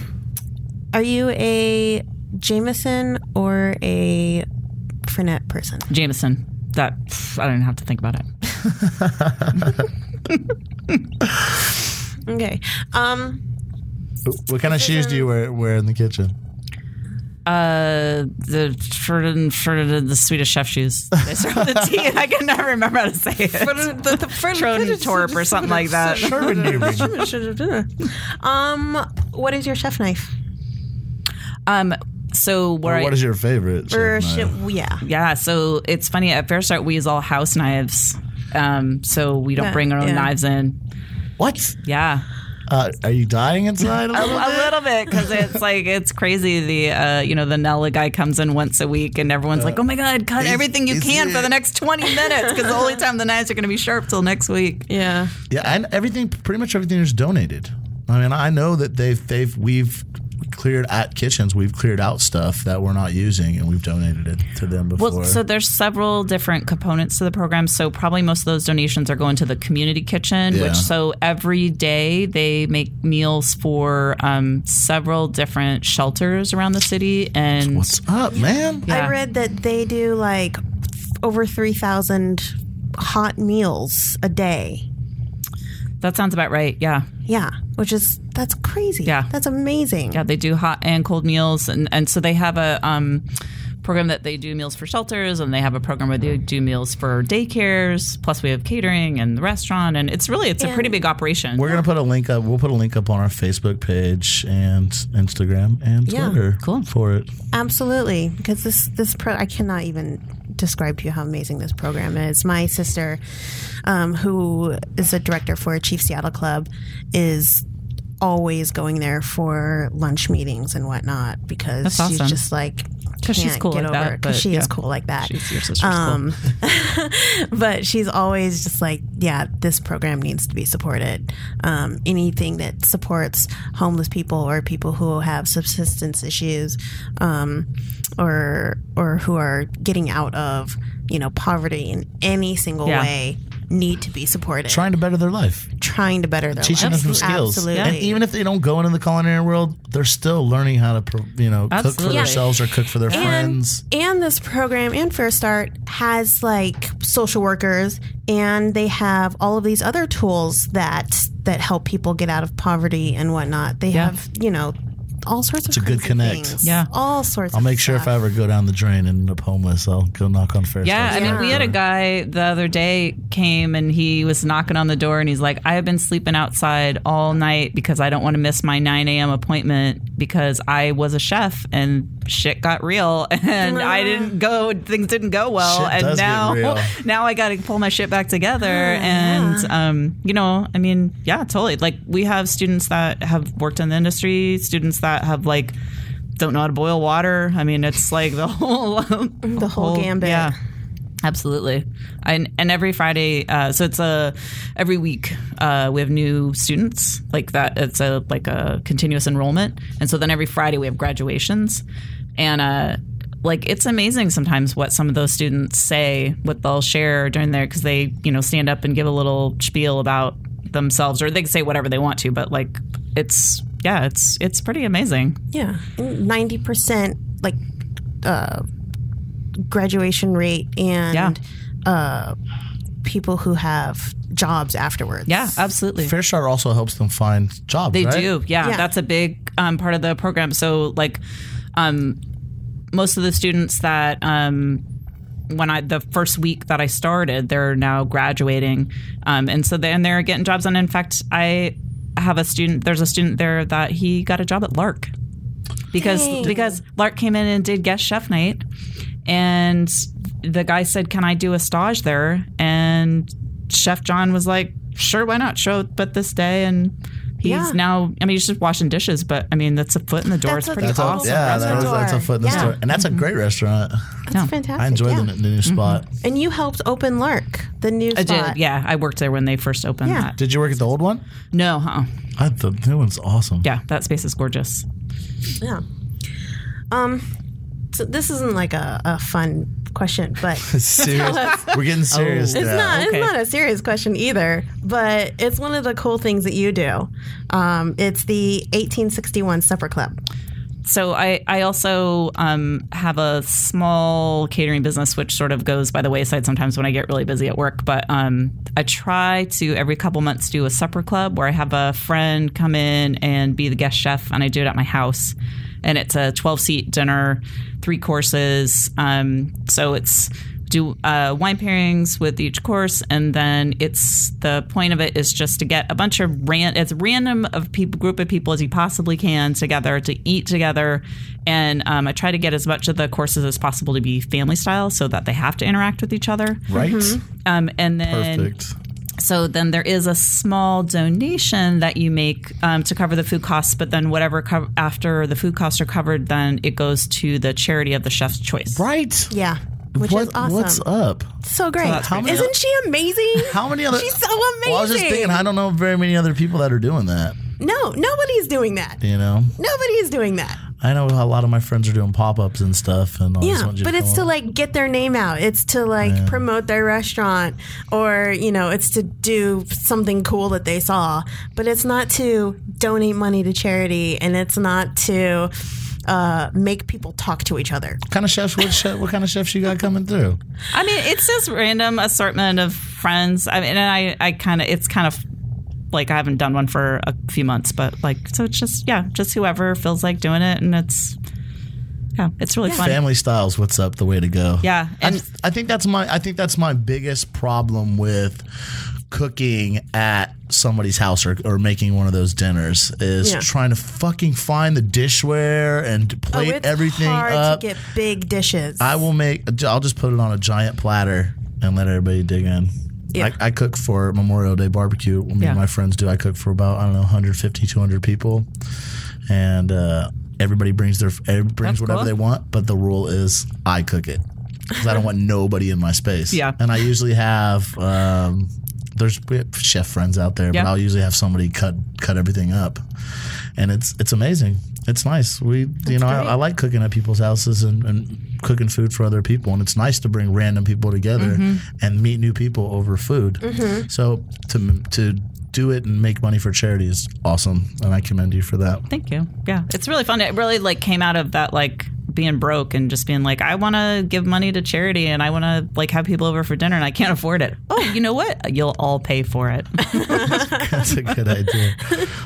S2: are you a Jameson or a Fernet person?
S3: Jameson. That I don't even have to think about it.
S2: Okay. Um,
S1: What kind of shoes do you wear, wear in the kitchen?
S3: Uh, the for for the Swedish chef shoes. They start with a T. I can never remember how to say it. Tronen Torp or something like that.
S2: um, what is your chef knife?
S3: Um. So where
S1: what
S3: I,
S1: is your favorite?
S2: Or
S1: chef knife?
S2: shit, yeah.
S3: yeah. So it's funny. At Fair Start, we use all house knives. Um. So we don't
S2: Yeah,
S3: bring our own
S2: yeah.
S3: knives in.
S1: What?
S3: Yeah.
S1: Uh, are you dying inside? A little
S3: a little bit because it's like it's crazy. The uh, you know the Nella guy comes in once a week and everyone's like, oh my god, cut everything you
S1: he's
S3: can for
S1: here.
S3: the next twenty minutes because the only time the knives are going to be sharp till next week.
S2: Yeah.
S1: Yeah, and everything, pretty much everything is donated. I mean, I know that they've they've we've cleared at kitchens, we've cleared out stuff that we're not using, and we've donated it to them before.
S3: Well, so there's several different components to the program. So probably most of those donations are going to the community kitchen,
S1: Yeah.
S3: which so every day they make meals for um, several different shelters around the city. And
S1: What's up, man?
S3: Yeah.
S2: I read that they do like over 3,000 hot meals a day.
S3: that sounds about right. Yeah.
S2: Yeah, which is that's crazy.
S3: Yeah.
S2: That's amazing.
S3: Yeah, they do hot and cold meals, and, and so they have a um, program that they do meals for shelters, and they have a program where they do meals for daycares. Plus, we have catering and the restaurant, and it's really it's a pretty
S2: And-
S3: big operation.
S1: We're gonna put a link up. We'll put a link up on our Facebook page and Instagram and
S2: Yeah,
S1: Twitter.
S3: cool.
S1: for it.
S2: Absolutely, because this this pro I cannot even describe to you how amazing this program is. My sister, um, who is a director for Chief Seattle Club, is always going there for lunch meetings and whatnot because
S3: That's
S2: she's
S3: awesome.
S2: just like.
S3: 'Cause she's
S2: can't
S3: cool
S2: get
S3: like that,
S2: over it 'cause
S3: but
S2: she is
S3: yeah.
S2: cool like that.
S3: She's- your sister's cool.
S2: but she's always just like, yeah, this program needs to be supported. Um, anything that supports homeless people or people who have subsistence issues, um, or or who are getting out of you know poverty in any single
S3: Yeah.
S2: way need to be supported.
S1: Trying to better their life,
S2: trying to better their
S1: teaching
S2: lives.
S1: them some skills,
S2: Absolutely.
S1: and even if they don't go into the culinary world, they're still learning how to, pro- you know, cook for
S3: Absolutely. Yeah.
S1: themselves or cook for their friends.
S2: And this program and Fair Start has like social workers, and they have all of these other tools that that help people get out of poverty and whatnot. They
S3: Yeah.
S2: have you know all sorts
S1: a
S2: of
S1: good
S2: crazy
S1: connect.
S2: things.
S3: Yeah.
S2: all sorts.
S1: I'll make sure if I ever go down the drain and end up homeless, I'll go knock on Fair
S3: Yeah, I
S1: Stars.
S3: mean, we had a guy the other day came and he was knocking on the door and he's like, I have been sleeping outside all night because I don't want to miss my 9 a.m. appointment because I was a chef and shit got real and I didn't go, things didn't go well.
S1: Shit
S3: and
S1: does get
S3: now,
S1: real.
S3: now I got to pull my shit back together. and, um, you know, I mean, yeah, totally. Like, we have students that have worked in the industry, students that have, like, don't know how to boil water. I mean, it's like the whole the
S2: whole gambit.
S3: Yeah, absolutely. And and every Friday, uh, so it's a every week uh, we have new students like that. It's a like a continuous enrollment, and so then every Friday we have graduations, and uh, like it's amazing sometimes what some of those students say, what they'll share during there because they you know stand up and give a little spiel about themselves, or they can say whatever they want to, but like it's yeah, it's it's pretty amazing.
S2: yeah ninety percent like uh, graduation rate and
S3: Yeah.
S2: uh, people who have jobs afterwards.
S3: Yeah, absolutely.
S1: Fair Start also helps them find jobs.
S3: They
S1: right?
S3: do, yeah,
S2: Yeah.
S3: That's a big um, part of the program. So, like, um, most of the students that um, when I the first week that I started, they're now graduating, um, and so then they're getting jobs. And in fact, I have a student. There's a student there that he got a job at Lark. because because Lark came in and did guest chef night, and the guy said, "Can I do a stage there?" And Chef John was like, "Sure, why not? Show up at this day." And he's
S2: Yeah.
S3: now, I mean, he's just washing dishes, but I mean, that's a foot in the door.
S2: That's
S3: it's
S2: a
S3: pretty
S2: total-
S3: awesome.
S1: yeah, that
S2: Restaurant
S1: was, that's a
S2: door.
S1: foot in the
S2: Yeah.
S1: store, and that's a great restaurant.
S2: That's
S3: Mm-hmm. Yeah. Mm-hmm.
S2: fantastic.
S1: I enjoy
S2: yeah.
S1: the, the new spot.
S2: And you helped open Lark, the new
S3: I
S2: spot.
S3: did. Yeah, I worked there when they first opened.
S2: Yeah.
S3: That.
S1: Did you work at the old one?
S3: No, uh-uh. huh?
S1: I, the new one's awesome.
S3: Yeah, that space is gorgeous.
S2: Yeah. Um, so this isn't like a, a fun question, but
S1: serious. We're getting serious
S3: It's
S1: now.
S2: Oh. It's not.
S3: okay.
S2: It's not a serious question either, but it's one of the cool things that you do. Um, it's the 1861 Supper Club.
S3: so I, I also um, have a small catering business, which sort of goes by the wayside sometimes when I get really busy at work. But um, I try to every couple months do a supper club where I have a friend come in and be the guest chef, and I do it at my house. And it's a 12 seat dinner, three courses. Um, so it's do uh, wine pairings with each course, and then it's the point of it is just to get a bunch of ran as random of people group of people as you possibly can together to eat together, and um, I try to get as much of the courses as possible to be family style so that they have to interact with each other.
S1: Right?
S2: Mm-hmm.
S3: Um, and then
S1: Perfect.
S3: so then there is a small donation that you make um, to cover the food costs, but then whatever co- after the food costs are covered, then it goes to the charity of the chef's choice.
S1: right?
S2: Yeah, which is
S1: What-
S2: awesome.
S1: What's up?
S2: So great!
S3: that's How
S1: many-
S2: Isn't she amazing?
S1: How many other?
S2: She's so
S1: Well, I was just
S2: amazing.
S1: thinking, I don't know very many other people that are doing that.
S2: no, nobody's doing that.
S1: You know,
S2: Nobody's doing that.
S1: I know how a lot of my friends are doing pop ups and stuff, and I just
S2: Yeah,
S1: want you
S2: but
S1: to
S2: it's
S1: come
S2: to
S1: up.
S2: like get their name out. It's to like promote their restaurant, or you know, it's to do something cool that they saw. But it's not to donate money to charity, and it's not to uh, make people talk to each other.
S1: what kind of chefs. What, chef, what kind of chefs you got coming through?
S3: I mean, it's just random assortment of friends. I mean, and I, I kind of, it's kind of like I haven't done one for a few months, but like, so it's just, yeah, just whoever feels like doing it. And it's, yeah, it's really fun.
S1: Family styles, what's up? The way to go.
S3: Yeah,
S1: I,
S3: and-
S1: I think that's my I think that's my biggest problem with cooking at somebody's house or, or making one of those dinners is
S2: Yeah.
S1: trying to fucking find the dishware and
S2: Oh,
S1: plate
S2: it's
S1: everything
S2: hard
S1: up.
S2: to get big dishes.
S1: I will make. I'll just put it on a giant platter and let everybody dig in.
S2: Yeah.
S1: I, I cook for Memorial Day barbecue. Me
S3: Yeah.
S1: and my friends do. I cook for about I don't know 150, 200 people, and uh, everybody brings their everybody brings
S3: That's
S1: whatever
S3: cool.
S1: they want. But the rule is I cook it because I don't want nobody in my space.
S3: Yeah.
S1: and I usually have. Um, there's we have chef friends out there, but
S3: Yeah.
S1: I'll usually have somebody cut cut everything up, and it's it's amazing. It's nice. We you know I, I like cooking at people's houses and, and cooking food for other people, and it's nice to bring random people together and meet new people over food. So to to do it and make money for charity is awesome, and I commend you for that.
S3: Thank you. Yeah, it's really fun. It really like came out of that like being broke and just being like, I want to give money to charity and I want to like have people over for dinner and I can't afford it. Oh, you know what? You'll all pay for it.
S1: That's a good idea.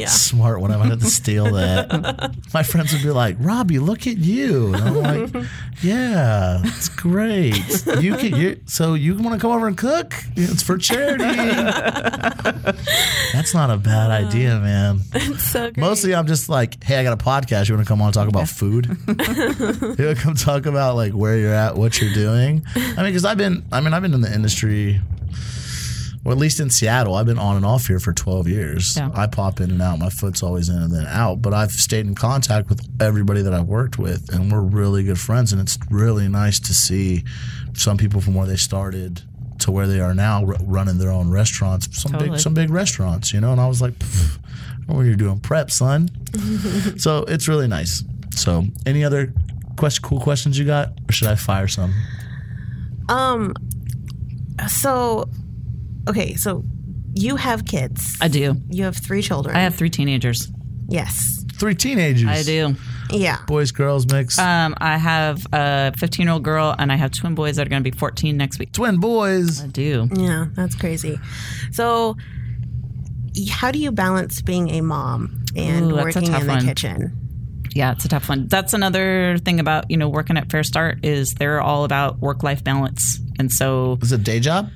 S1: Smart one. I might have to steal that. My friends would be like, Robbie, look at you. And I'm like, yeah, it's great. You can, you, so you want to come over and cook? It's for charity. That's not a bad idea, man.
S2: so great.
S1: Mostly I'm just like, hey, I got a podcast. You want to come on and talk about food? you want to come talk about like where you're at, what you're doing? I mean, because I've been, I mean, I've been in the industry, or at least in Seattle, I've been on and off here for 12 years.
S3: Yeah.
S1: I pop in and out. My foot's always in and then out. But I've stayed in contact with everybody that I've worked with, and we're really good friends. And it's really nice to see some people from where they started. To where they are now, r- running their own restaurants, some big,
S3: Totally.
S1: some big restaurants, you know. And I was like, "Pff, when you're doing prep, son. so it's really nice. So, any other quest- cool questions you got, or should I fire some?
S2: Um. So, okay. So, you have kids.
S3: I do.
S2: you have three children.
S3: I have three teenagers.
S2: Yes.
S1: Three teenagers.
S3: I do.
S2: Yeah.
S1: Boys, girls, mix.
S3: Um, I have a 15 year old girl and I have twin boys that are going to be 14 next week.
S1: Twin boys.
S3: I do.
S2: Yeah, that's crazy. So, y- how do you balance being a mom and
S3: Ooh, that's a
S2: working
S3: tough
S2: in the
S3: one.
S2: kitchen?
S3: Yeah, it's a tough one. That's another thing about, you know, working at Fair Start is they're all about work life balance. And so
S1: Is it a day job?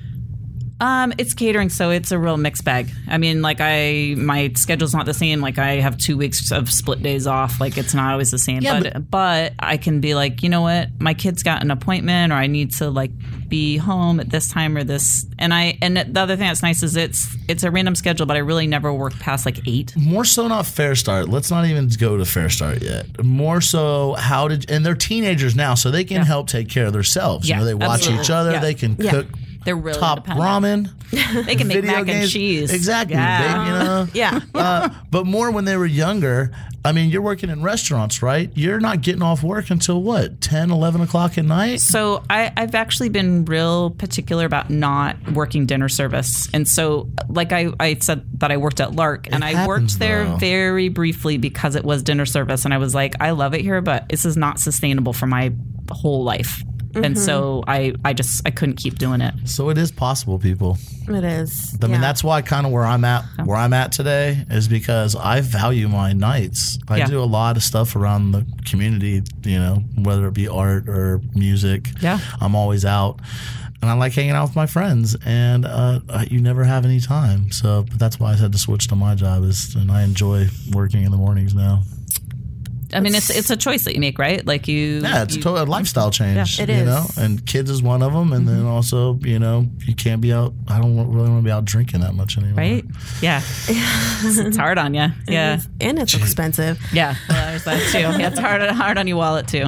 S3: Um, it's catering, so it's a real mixed bag. I mean, like I, my schedule's not the same. Like I have two weeks of split days off. Like it's not always the same.
S1: Yeah,
S3: but, but I can be like, you know what, my kid's got an appointment, or I need to like be home at this time or this. And I, and the other thing that's nice is it's it's a random schedule, but I really never work past like eight.
S1: More so, not Fair Start. Let's not even go to Fair Start yet. More so, how did and they're teenagers now, so they can help take care of themselves.
S3: Yeah,
S1: you know, they watch
S3: absolutely.
S1: each other.
S3: Yeah.
S1: They can
S2: Yeah.
S1: cook
S3: They're really
S1: top
S3: independent.
S1: ramen.
S3: They can make
S1: video
S3: mac and
S1: games.
S3: cheese.
S1: Exactly.
S3: Yeah.
S1: They, you know.
S2: Yeah.
S1: Uh, but more when they were younger. I mean, you're working in restaurants, right? You're not getting off work until what 10, 11 o'clock at night.
S3: So I, I've actually been real particular about not working dinner service. And so, like I, I said that I worked at Lark and I
S1: happens,
S3: worked there
S1: though.
S3: very briefly because it was dinner service. And I was like, I love it here, but this is not sustainable for my whole life. And so I, I just, I couldn't keep doing it.
S1: So it is possible, people.
S2: It is.
S1: I
S2: yeah.
S1: mean, that's why kind of where I'm at, where I'm at today is because I value my nights. I
S3: Yeah.
S1: do a lot of stuff around the community, you know, whether it be art or music.
S3: Yeah.
S1: I'm always out and I like hanging out with my friends and uh, uh, you never have any time. So but that's why I had to switch to my job is, and I enjoy working in the mornings now.
S3: I mean, it's, it's a choice that you make, right? Like you,
S1: Yeah, it's a
S3: you-
S1: total lifestyle change.
S3: Yeah. Mm-hmm.
S2: It
S1: you
S2: is.
S1: know, and kids is one of them. And then also, you know, you can't be out. I don't wa- really want to be out drinking that much anymore.
S3: right? Yeah. it's hard on you. Yeah.
S2: and it's expensive.
S3: Yeah. Well, there's that too. Yeah, it's hard, hard on your wallet too.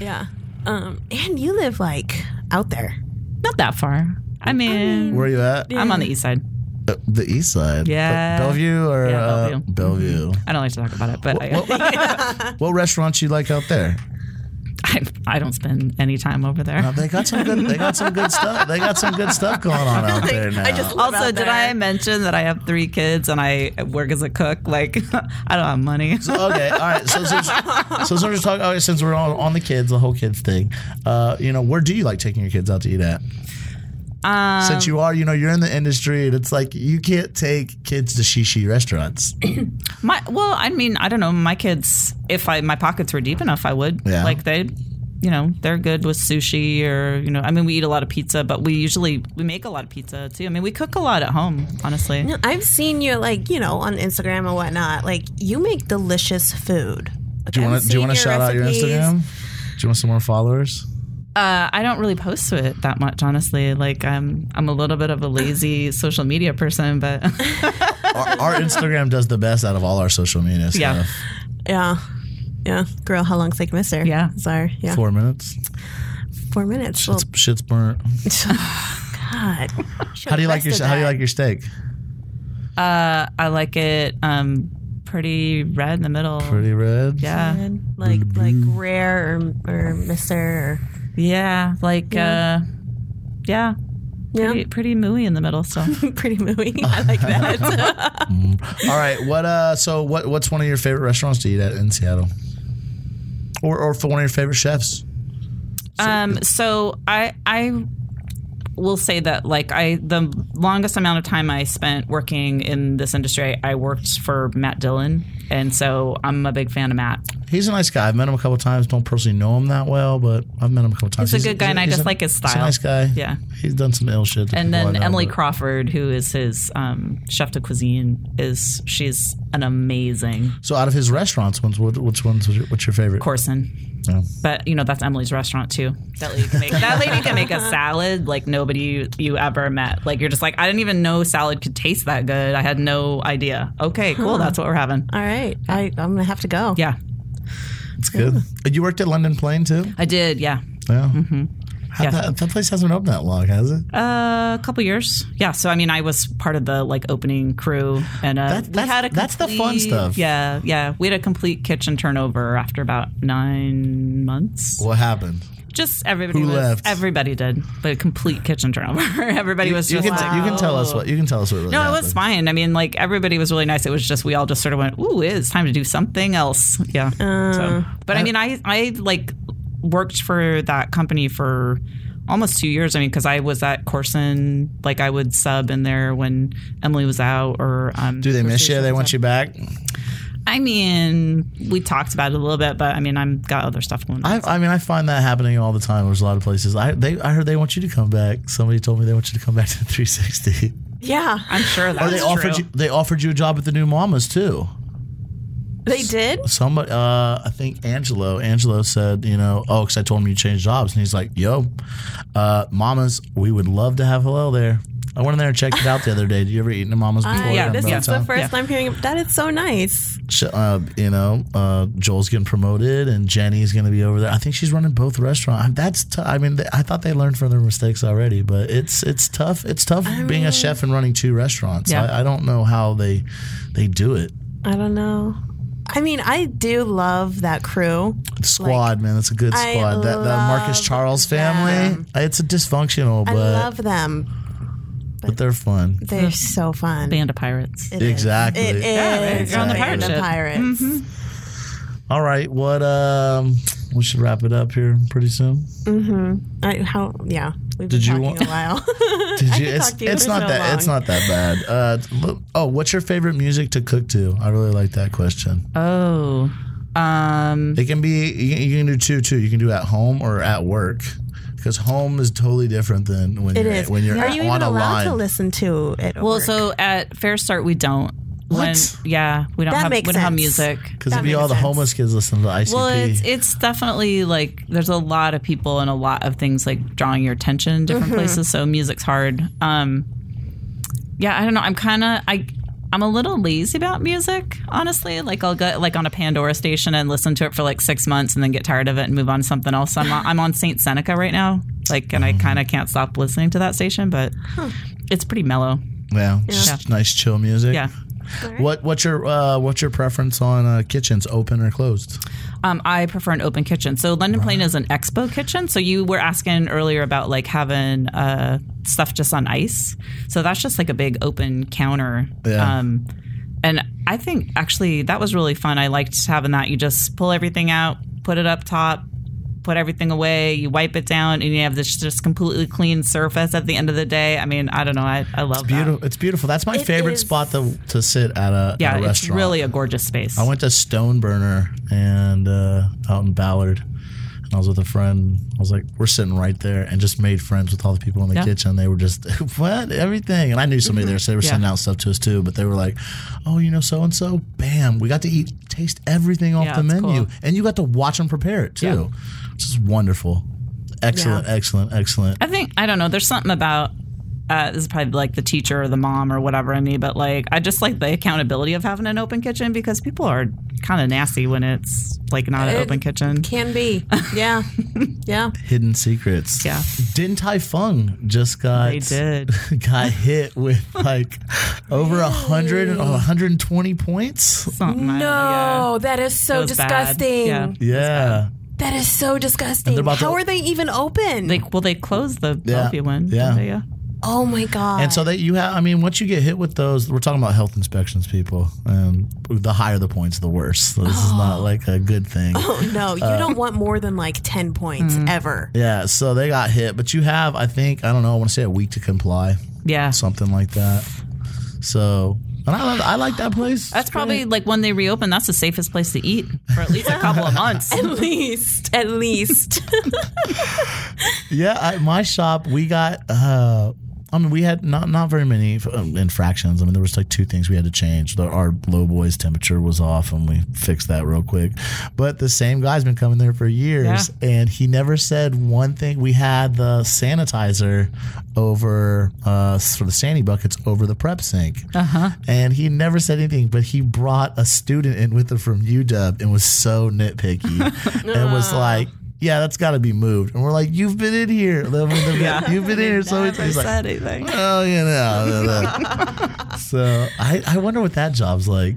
S2: Yeah. Um, and you live like out there.
S3: Not that far. I mean,
S1: Where are you at?
S3: I'm on the east side.
S1: Uh, the east side. Be-
S3: Yeah.
S1: Bellevue or
S3: Yeah,
S1: uh,
S3: Bellevue.
S1: Bellevue.
S3: I don't like to talk about it, but I,
S1: What restaurants you like out there?
S3: I, I don't spend any time over there.
S1: Uh, They got some good. They got some good stuff. They got some good stuff going on out there now.
S2: I just love
S3: also,
S2: out
S3: did
S2: there.
S3: I mention that I have three kids and I work as a cook? Like, I don't have money.
S1: okay, all right. So since, so since we're just talking, okay, since we're on, on the kids, the whole kids thing, uh, you know, where do you like taking your kids out to eat at?
S3: Um,
S1: Since you are, you know, you're in the industry, and it's like you can't take kids to shishi restaurants.
S3: my well, I mean, I don't know. My kids, if I my pockets were deep enough, I would.
S1: Yeah.
S3: Like they, you know, they're good with sushi or you know. I mean, we eat a lot of pizza, but we usually we make a lot of pizza too. I mean, we cook a lot at home, honestly.
S2: No, I've seen you like you know on Instagram and whatnot. Like you make delicious food. Like,
S1: Do you
S2: I've
S1: want to? Do you
S2: seen
S1: want to shout out your
S2: recipes.
S1: Instagram? Do you want some more followers?
S3: Uh, I don't really post to it that much, honestly. Like I'm, I'm a little bit of a lazy social media person, but
S1: our, our Instagram does the best out of all our social media stuff.
S3: Yeah.
S2: Yeah, yeah. Girl, how long's like mister?
S3: Yeah.
S2: sorry. Yeah,
S1: Four
S2: four,
S1: minutes.
S2: minutes. Well,
S1: Shit's burnt.
S2: God.
S1: How do you like your How do you like your steak?
S3: uh, I like it um, pretty red in the middle.
S1: Pretty red.
S3: Yeah,
S2: like like rare or or mister? Or,
S3: yeah, like yeah, uh, yeah
S2: yeah,
S3: pretty, pretty mooey in the middle. So
S2: pretty moving. I like that.
S1: All right. What? Uh. So what? What's one of your favorite restaurants to eat at in Seattle? Or or for one of your favorite chefs?
S3: Um, so I I will say that like I the longest amount of time I spent working in this industry, I worked for Matt Dillon, and so I'm a big fan of Matt.
S1: He's a nice guy. I've met him a couple times. Don't personally know him that well, but I've met him a couple times.
S3: a good guy, and I
S1: he's
S3: just
S1: a-
S3: like his
S1: He's a
S3: style.
S1: nice guy.
S3: Yeah.
S1: He's done some ill shit. to
S3: And
S1: people I
S3: then
S1: know,
S3: Emily
S1: but-
S3: Crawford, who is his um, chef de cuisine, is she's an amazing
S1: So out of his restaurants, ones what- which ones? was your- What's your favorite?
S3: Corson.
S1: Yeah.
S3: But you know that's Emily's restaurant too. That lady can make that lady can make a salad like nobody you, you ever met. Like you're just like I didn't even know salad could taste that good. I had no idea. Okay, cool. That's what we're having.
S2: All right, I I'm gonna have to go.
S3: Yeah,
S1: It's good. And You worked at London Plain too.
S3: I did. Yeah,
S1: Yeah. How-
S3: Mm-hmm. Yeah.
S1: That, that place hasn't been open that long, has it?
S3: uh, a couple years. Yeah. So I mean, I was part of the like opening crew, and uh,
S1: That-
S3: we
S1: that's-
S3: had a
S1: that's the fun
S3: complete-
S1: stuff.
S3: Yeah, yeah. We had a complete kitchen turnover after about nine months.
S1: What happened?
S3: Just everybody
S1: Who
S3: was,
S1: left?
S3: Everybody did, but a complete kitchen turnover. everybody was
S1: You
S3: just
S1: can,
S3: like,
S1: you can tell us what you can tell us what. Really
S3: No, it
S1: happened.
S3: was fine. I mean, like everybody was really nice. It was just we all just sort of went, "Ooh, it's time to do something else." Yeah.
S1: Uh,
S3: so, but I, mean, I I like worked for that company for almost two years. I mean, because I was at Corson, like I would sub in there when Emily was out, or um,
S1: Do they miss you? They want you back.
S3: I mean, we talked about it a little bit, but I mean, I'm got other stuff going on.
S1: I, I mean, I find that happening all the time. There's a lot of places. I they I heard they want you to come back. Somebody told me they want you to come back to the 360.
S2: Yeah,
S3: I'm sure
S1: Or
S3: that's
S1: they
S3: true.
S1: offered you they offered you a job at the new Mamas too.
S2: they did.
S1: Somebody, uh, I think Angelo. Angelo said, you know, oh, because I told him you changed jobs, and he's like, yo, uh, Mamas, we would love to have hello there. I went in there and checked it out the other day. Did you ever eat at Mamas before?
S2: I-
S3: Uh, yeah,
S1: down
S2: this
S1: in
S3: yeah.
S2: is the
S1: Belltown?
S2: first I'm hearing. of- That is so nice.
S1: Sh- uh, you know, uh, Joel's getting promoted and Jenny's going to be over there. I think she's running both restaurants. That's t- I mean, th- I thought they learned from their mistakes already, but it's it's tough. It's tough being a chef and running two restaurants.
S3: Yeah.
S1: I, I don't know how they they do it.
S2: I don't know. I mean, I do love that crew.
S1: Squad, man, that's a good
S2: I
S1: squad. That, that Marcus
S2: love
S1: Charles family, it's a dysfunctional,
S2: I
S1: but
S2: love them.
S1: but they're fun.
S2: They're so fun.
S3: Band of Pirates.
S2: It is.
S1: Exactly.
S2: It is.
S1: Yeah,
S3: man, you're on the pirate
S2: Band of
S3: ship.
S2: Pirates.
S1: All right, what um, we should wrap it up here pretty soon.
S2: I, how? Yeah. We've
S1: Did
S2: been
S1: you
S2: talking
S1: want-
S2: a while.
S1: Did
S2: I
S1: you-
S2: could
S1: It's,
S2: talk to you
S1: it's
S2: for
S1: not
S2: so
S1: that.
S2: long.
S1: It's not that bad. Uh, look- oh, what's your favorite music to cook to? I really like that question.
S3: Oh, um,
S1: It can be. You can, you can do two too. You can do at home or at work, because home is totally different than when
S2: It
S1: you're
S2: is.
S1: when you're
S2: Are you
S1: on
S2: even
S1: a
S2: allowed
S1: line.
S2: to listen to it? at
S3: well,
S2: work?
S3: so at Fair Start we don't. When,
S1: What?
S3: yeah, we don't
S2: That
S3: have we
S2: makes
S3: don't have
S2: sense.
S3: music.
S1: Because it'd
S2: That
S1: be
S2: makes
S1: all the
S2: sense.
S1: homeless kids listening to ICP.
S3: Well, it's it's definitely like there's a lot of people and a lot of things like drawing your attention in different
S2: Mm-hmm.
S3: places. So music's hard. Um, yeah, I don't know. I'm kind of I. I'm a little lazy about music, honestly. Like I'll go like on a Pandora station and listen to it for like six months, and then get tired of it and move on to something else. I'm on, I'm on Saint Seneca right now, like, and I kind of can't stop listening to that station, but it's pretty mellow.
S1: yeah, just nice chill music.
S3: Yeah.
S1: What what's your uh, what's your preference on uh, kitchens, open or closed?
S3: Um, I prefer an open kitchen. So London Plain is an expo kitchen. So you were asking earlier about like having uh, stuff just on ice. So that's just like a big open counter.
S1: Yeah.
S3: Um, and I think actually that was really fun. I liked having that. You just pull everything out, put it up top, put everything away, you wipe it down, and you have this just completely clean surface at the end of the day. I mean, I don't know. I, I love that.
S1: Beautiful. It's beautiful. That's my
S2: It
S1: favorite
S2: is-
S1: spot to to sit at a,
S3: Yeah,
S1: at a
S3: it's
S1: restaurant.
S3: really a gorgeous space.
S1: I went to Stoneburner and uh, out in Ballard, and I was with a friend. I was like, "We're sitting right there," and just made friends with all the people in the
S3: Yeah. Mm-hmm.
S1: kitchen. They were just what everything, and I knew somebody there, so they were
S3: Yeah.
S1: sending out stuff to us too. But they were like, "Oh, you know, so and so, bam, we got to eat, taste everything off the
S3: Yeah, it's
S1: menu,
S3: cool.
S1: and you got to watch them prepare it too, which is wonderful, excellent, excellent, excellent."
S3: I think I don't know. There's something about uh, this is probably like the teacher or the mom or whatever in me, but like I just like the accountability of having an open kitchen because people are kind of nasty when it's like not an
S2: It
S3: open kitchen.
S2: Can be. Yeah. Yeah.
S1: Hidden secrets.
S3: Yeah.
S1: Din Tai Fung just got
S3: They did.
S1: got hit with like over a hundred and 120 points.
S3: Something I don't know, yeah.
S2: No, that is so
S3: It was bad.
S2: disgusting.
S3: Yeah.
S1: Yeah.
S2: That is so disgusting.
S1: they're about
S2: How
S1: to-
S2: are they even open?
S3: They, well, they closed the
S1: Yeah.
S3: Bellevue one. didn't
S1: Yeah.
S3: they? yeah.
S2: oh my god.
S1: And so that you have, I mean, once you get hit with those, we're talking about health inspections, people. Um, the higher the points, the worse. So this is not like a good thing.
S2: oh no, you
S1: uh,
S2: don't want more than like 10 points
S3: Mm.
S2: ever.
S1: Yeah. So they got hit, but you have, I think, I don't know, I want to say a week to comply,
S3: Yeah.
S1: something like that. So, and I, love, I like that place.
S3: That's
S1: It's great.
S3: probably like when they reopen, that's the safest place to eat for at least a couple of months.
S2: At least, at least.
S1: Yeah, I, my shop we got. Uh, I mean, we had not not very many f- um, infractions. I mean, there was like two things we had to change. The, our low boys temperature was off, and we fixed that real quick. But the same guy's been coming there for years, and he never said one thing. We had the sanitizer over uh, for the sandy buckets over the prep sink, uh-huh. and he never said anything. But he brought a student in with him from UW and was so nitpicky, and was like yeah, that's got to be moved. And we're like, you've been in here. You've been in here. So it's he's like,
S3: anything.
S1: oh, you know. so I, I wonder what that job's like.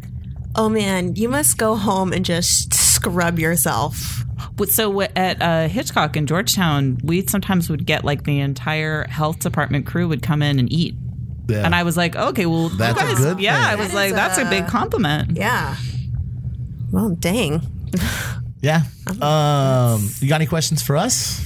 S2: oh man, you must go home and just scrub yourself.
S3: But So w- at uh, Hitchcock in Georgetown, we sometimes would get like the entire health department crew would come in and eat.
S1: Yeah.
S3: And I was like, okay, well, you
S1: That's a
S3: guys-
S1: good
S3: Yeah,
S1: thing.
S3: I was
S2: That
S3: like,
S2: is
S3: that's a
S2: a-
S3: big compliment.
S2: Yeah. Well, dang.
S3: Uh-huh.
S1: yeah. Um, you got any questions for us?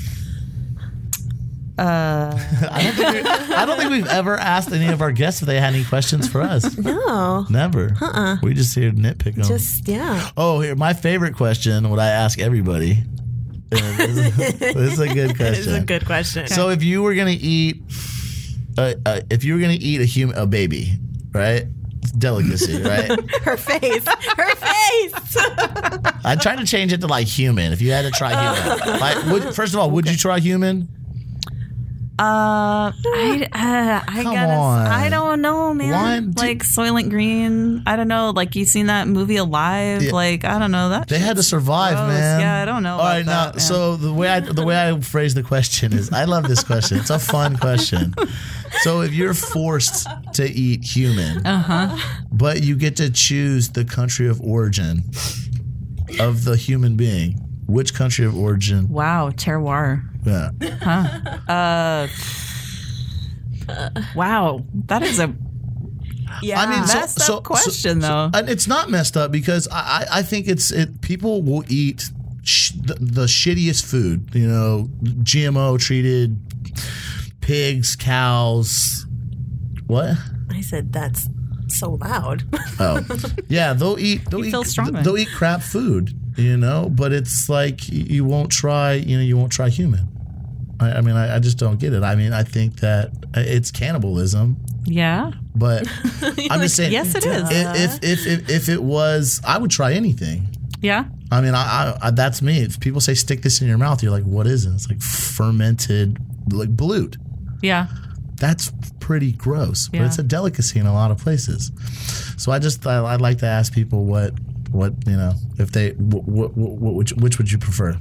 S1: I, don't think we- I don't think we've ever asked any of our guests if they had any questions for us.
S2: No,
S1: Never. Uh-uh. We just here nitpick on.
S2: just yeah.
S1: Oh, here, my favorite question, what I ask everybody. Uh, this is- this is a good question.
S2: question.
S1: So if you were gonna eat, uh, uh, if you were gonna eat a human, a baby, right? It's Delicacy, right?
S2: her face, her face.
S1: I tried to change it to like human. If you had to try human, like, would, first of all, would you try human?
S3: Uh, I, uh, I
S1: Come
S3: gotta,
S1: on.
S3: I don't know, man.
S1: One, two-
S3: like Soylent Green. I don't know. Like you seen that movie Alive?
S1: Yeah.
S3: Like I don't know that.
S1: They had to survive,
S3: gross.
S1: man.
S3: Yeah, I don't know
S1: All
S3: about
S1: right, now,
S3: that, man.
S1: so the way I the way I phrase the question is, I love this question. It's a fun question. So if you're forced to eat human,
S3: Uh huh.
S1: but you get to choose the country of origin of the human being, which country of origin?
S3: Wow, terroir. Uh,
S1: Yeah.
S3: Wow, that is a
S2: Yeah,
S1: I mean, so-
S3: messed up question, though.
S1: and it's not messed up because I, I I think it's it. People will eat sh- the, the shittiest food, you know, GMO treated pigs, cows. What?
S2: I said that's so loud.
S1: Oh, yeah, they'll eat. They'll eat,
S3: feel strong then.
S1: They'll eat crap food, you know. But it's like y- you won't try. You know, you won't try human. I, I mean, I, I just don't get it. I mean, I think that it's cannibalism,
S3: yeah.
S1: but I'm just saying.
S3: yes, it is.
S1: If, if, if, if it was, I would try anything.
S3: Yeah.
S1: I mean, I, I, I that's me. If people say stick this in your mouth, you're like, what is it? It's like fermented, like blood.
S3: Yeah.
S1: That's pretty gross, but
S3: Yeah.
S1: it's a delicacy in a lot of places. So I just I, I'd like to ask people what what you know if they what, what, what which which would you prefer?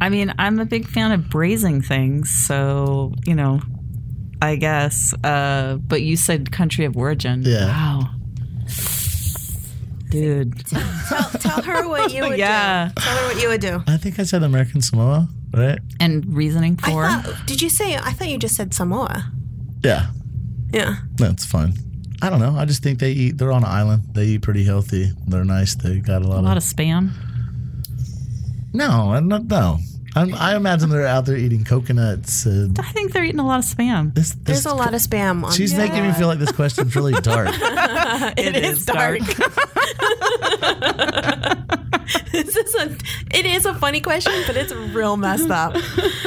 S3: I mean, I'm a big fan of braising things, so you know, I guess. Uh, but you said country of origin.
S1: Yeah.
S3: Wow. Dude.
S2: tell, tell her what you would
S3: Yeah.
S2: do. Tell her what you would do.
S1: I think I said American Samoa, right?
S3: And reasoning for
S2: I thought, did you say? I thought you just said Samoa.
S1: Yeah,
S2: Yeah.
S1: that's fun. I don't know. I just think they eat. They're on an island. They eat pretty healthy. They're nice. They got a lot,
S3: a
S1: of
S3: lot of spam.
S1: No, I'm not. No, I'm, I imagine they're out there eating coconuts. Uh,
S3: I think they're eating a lot of spam.
S1: this,
S2: There's
S1: this,
S2: a lot of spam on.
S1: she's making me feel like this question's really dark.
S3: it is dark.
S2: this is a. It is a funny question, but it's real messed up.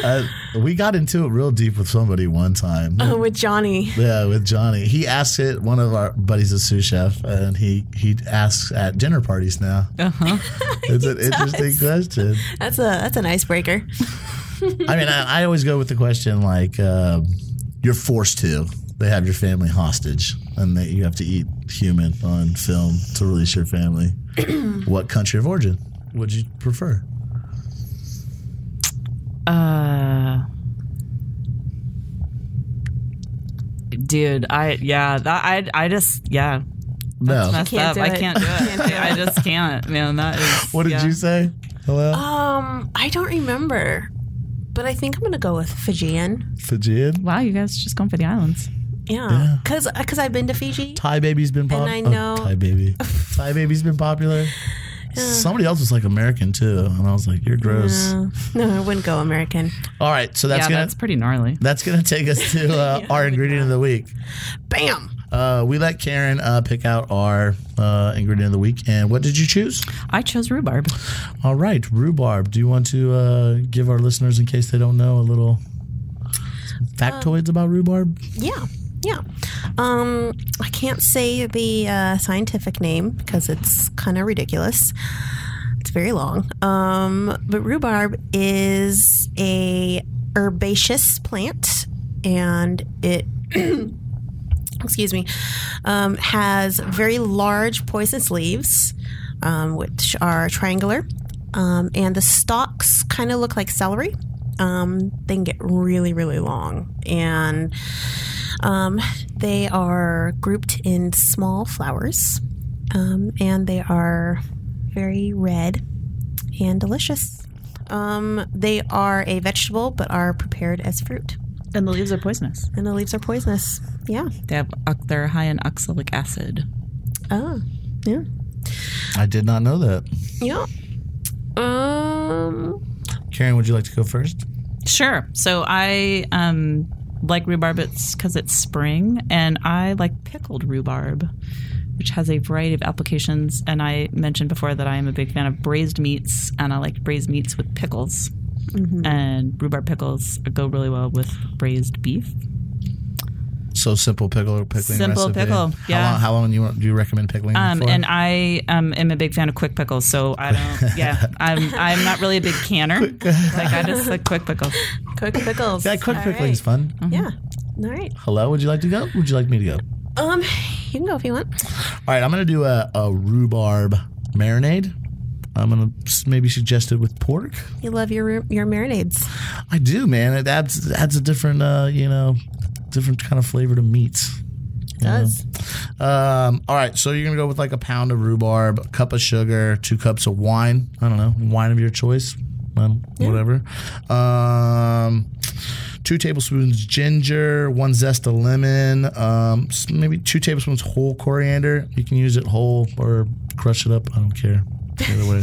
S1: uh, we got into it real deep with somebody one time.
S3: Oh.
S2: Uh, with Johnny.
S1: Yeah, with Johnny. He asked it. One of our buddies is sous chef, and he he asks at dinner parties now.
S3: Uh-huh.
S1: It's an interesting question.
S2: That's a. That's an icebreaker.
S1: I mean, I, I always go with the question like, um, you're forced to. They have your family hostage, and that you have to eat human on film to release your family. what country of origin would you prefer?
S3: Uh, dude, I yeah, that, I I just yeah,
S1: No.
S3: messed
S2: can't
S3: up.
S2: do
S3: I
S2: it.
S3: can't do it. I just can't, man. That is.
S1: What did
S3: yeah. Uh,
S1: you say? Hello,
S2: Um, I don't remember, but I think I'm gonna go with Fijian.
S1: Fijian.
S3: Wow, you guys just going for the islands.
S2: Yeah,
S1: Yeah.
S2: because I've been to Fiji.
S1: Thai baby's been popular.
S2: I know-
S1: Thai baby. Thai baby's been popular. Somebody else was like American too, and I was like, "You're gross."
S2: No, Uh, no, I wouldn't go American.
S1: All right, so that's
S3: yeah,
S1: gonna
S3: that's pretty gnarly.
S1: that's gonna take us to uh, our ingredient of the week.
S2: Bam.
S1: Uh, we let Karen uh, pick out our uh, ingredient of the week, and what did you choose?
S3: I chose rhubarb.
S1: All right, rhubarb. Do you want to uh, give our listeners, in case they don't know, a little
S2: Uh,
S1: factoids about rhubarb?
S2: Yeah, yeah. Um, I can't say the uh, scientific name because it's kind of ridiculous. It's very long. Um, but rhubarb is a herbaceous plant, and it excuse me um, has very large poisonous leaves, um, which are triangular, um, and the stalks kind of look like celery. Um, they can get really, really long, and um, they are grouped in small flowers, um, and they are very red and delicious. Um, they are a vegetable, but are prepared as fruit,
S3: And the leaves are poisonous.
S2: and the leaves are poisonous. Yeah.
S3: They have ox- they're high in oxalic acid.
S2: Oh, yeah.
S1: I did not know that.
S2: Yeah. Um.
S1: Karen, would you like to go first?
S3: Sure. So I um, like rhubarb because it's spring, and I like pickled rhubarb, which has a variety of applications. And I mentioned before that I am a big fan of braised meats, and I like braised meats with pickles. Mm-hmm. And rhubarb pickles go really well with braised beef.
S1: So simple pickle or pickling
S3: Simple
S1: recipe.
S3: pickle,
S1: How
S3: yeah.
S1: long, how long do you, do you recommend pickling
S3: Um,
S1: for?
S3: and I um, am a big fan of quick pickles, so I don't. Yeah, I'm. I'm not really a big canner. Like I just like quick pickles.
S2: Quick pickles.
S1: yeah, quick
S2: All
S1: pickling's
S2: right.
S1: fun.
S3: Mm-hmm.
S2: Yeah. All right.
S1: Hello, would you like to go? Would you like me to go?
S2: Um, you can go if you want.
S1: All right, I'm going to do a, a rhubarb marinade. I'm going to maybe suggest it with pork.
S2: You love your your marinades.
S1: I do, man. It adds adds a different, uh, you know, different kind of flavor to meats.
S2: It does.
S1: Um, all right, so you're gonna go with like a pound of rhubarb, a cup of sugar, two cups of wine. I don't know, wine of your choice, well, whatever. Um, two tablespoons ginger, one zest of lemon, um, s- maybe two tablespoons whole coriander. You can use it whole or crush it up. I don't care. Either way,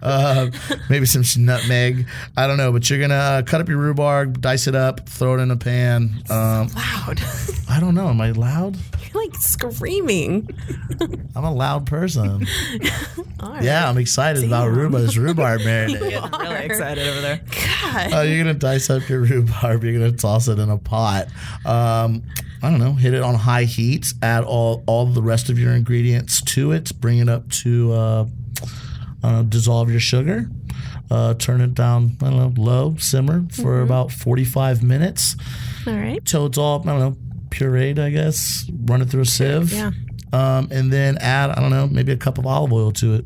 S1: uh, maybe some nutmeg. I don't know, but you're gonna uh, cut up your rhubarb, dice it up, throw it in a pan. Um,
S2: Loud.
S1: I don't know. Am I loud?
S2: You're like screaming.
S1: I'm a loud person.
S2: All right.
S1: Yeah, I'm excited about rhubarb. This rhubarb marinade.
S2: You are.
S3: Really excited over there.
S2: God.
S1: Uh, you're gonna dice up your rhubarb. You're gonna toss it in a pot. Um, I don't know. Hit it on high heat. Add all all the rest of your ingredients to it. Bring it up to uh, I don't know, dissolve your sugar. Uh, turn it down. I don't know. Low simmer
S2: Mm-hmm.
S1: for about 45 minutes
S2: All right.
S1: till it's all I don't know pureed. I guess run it through a sieve.
S2: Yeah.
S1: Um, and then add I don't know maybe a cup of olive oil to it.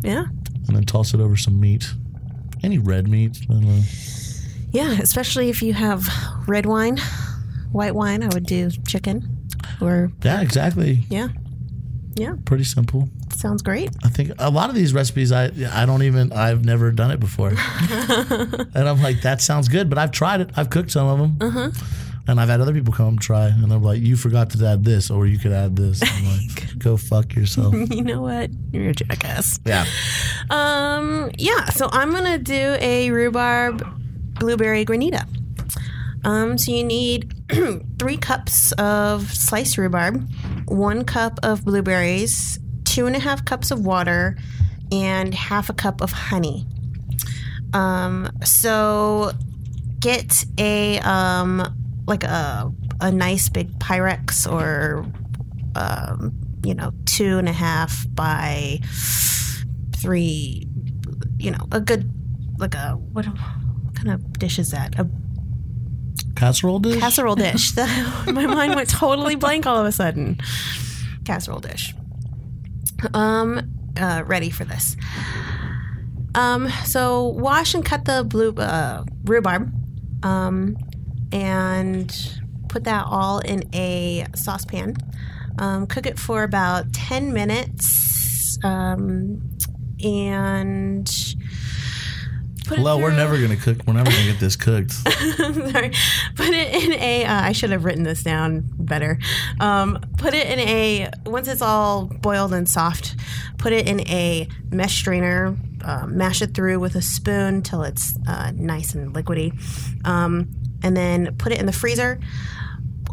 S2: Yeah.
S1: and then toss it over some meat. Any red meat? I don't know.
S2: Yeah. Especially if you have red wine, white wine, I would do chicken or
S1: Yeah, exactly.
S2: yeah. Yeah.
S1: Pretty simple.
S2: Sounds great.
S1: I think a lot of these recipes, I I don't even I've never done it before, and I'm like that sounds good, but I've tried it. I've cooked some of them, and I've had other people come try, and I'm like, you forgot to add this, or you could add this. I'm like, go fuck yourself.
S2: You know what? You're a jackass.
S1: Yeah,
S2: Um, yeah, so I'm gonna do a rhubarb blueberry granita. Um, so you need three cups of sliced rhubarb, one cup of blueberries, two and a half cups of water, and half a cup of honey. Um, so get a um, like a a nice big Pyrex or um, you know two and a half by three, you know, a good, like a, what, what kind of dish is that? A
S1: casserole dish.
S2: casserole dish. My mind went totally blank all of a sudden. Casserole dish. Um, uh, ready for this. Um, so wash and cut the blue uh, rhubarb, um, and put that all in a saucepan. Um, cook it for about ten minutes, um, and put it
S1: Hello, we're
S2: through-
S1: never gonna cook. We're never gonna get this cooked.
S2: sorry. Put it in a. Uh, I should have written this down better. Um, put it in a. Once it's all boiled and soft, put it in a mesh strainer. Uh, mash it through with a spoon till it's uh, nice and liquidy, um, and then put it in the freezer.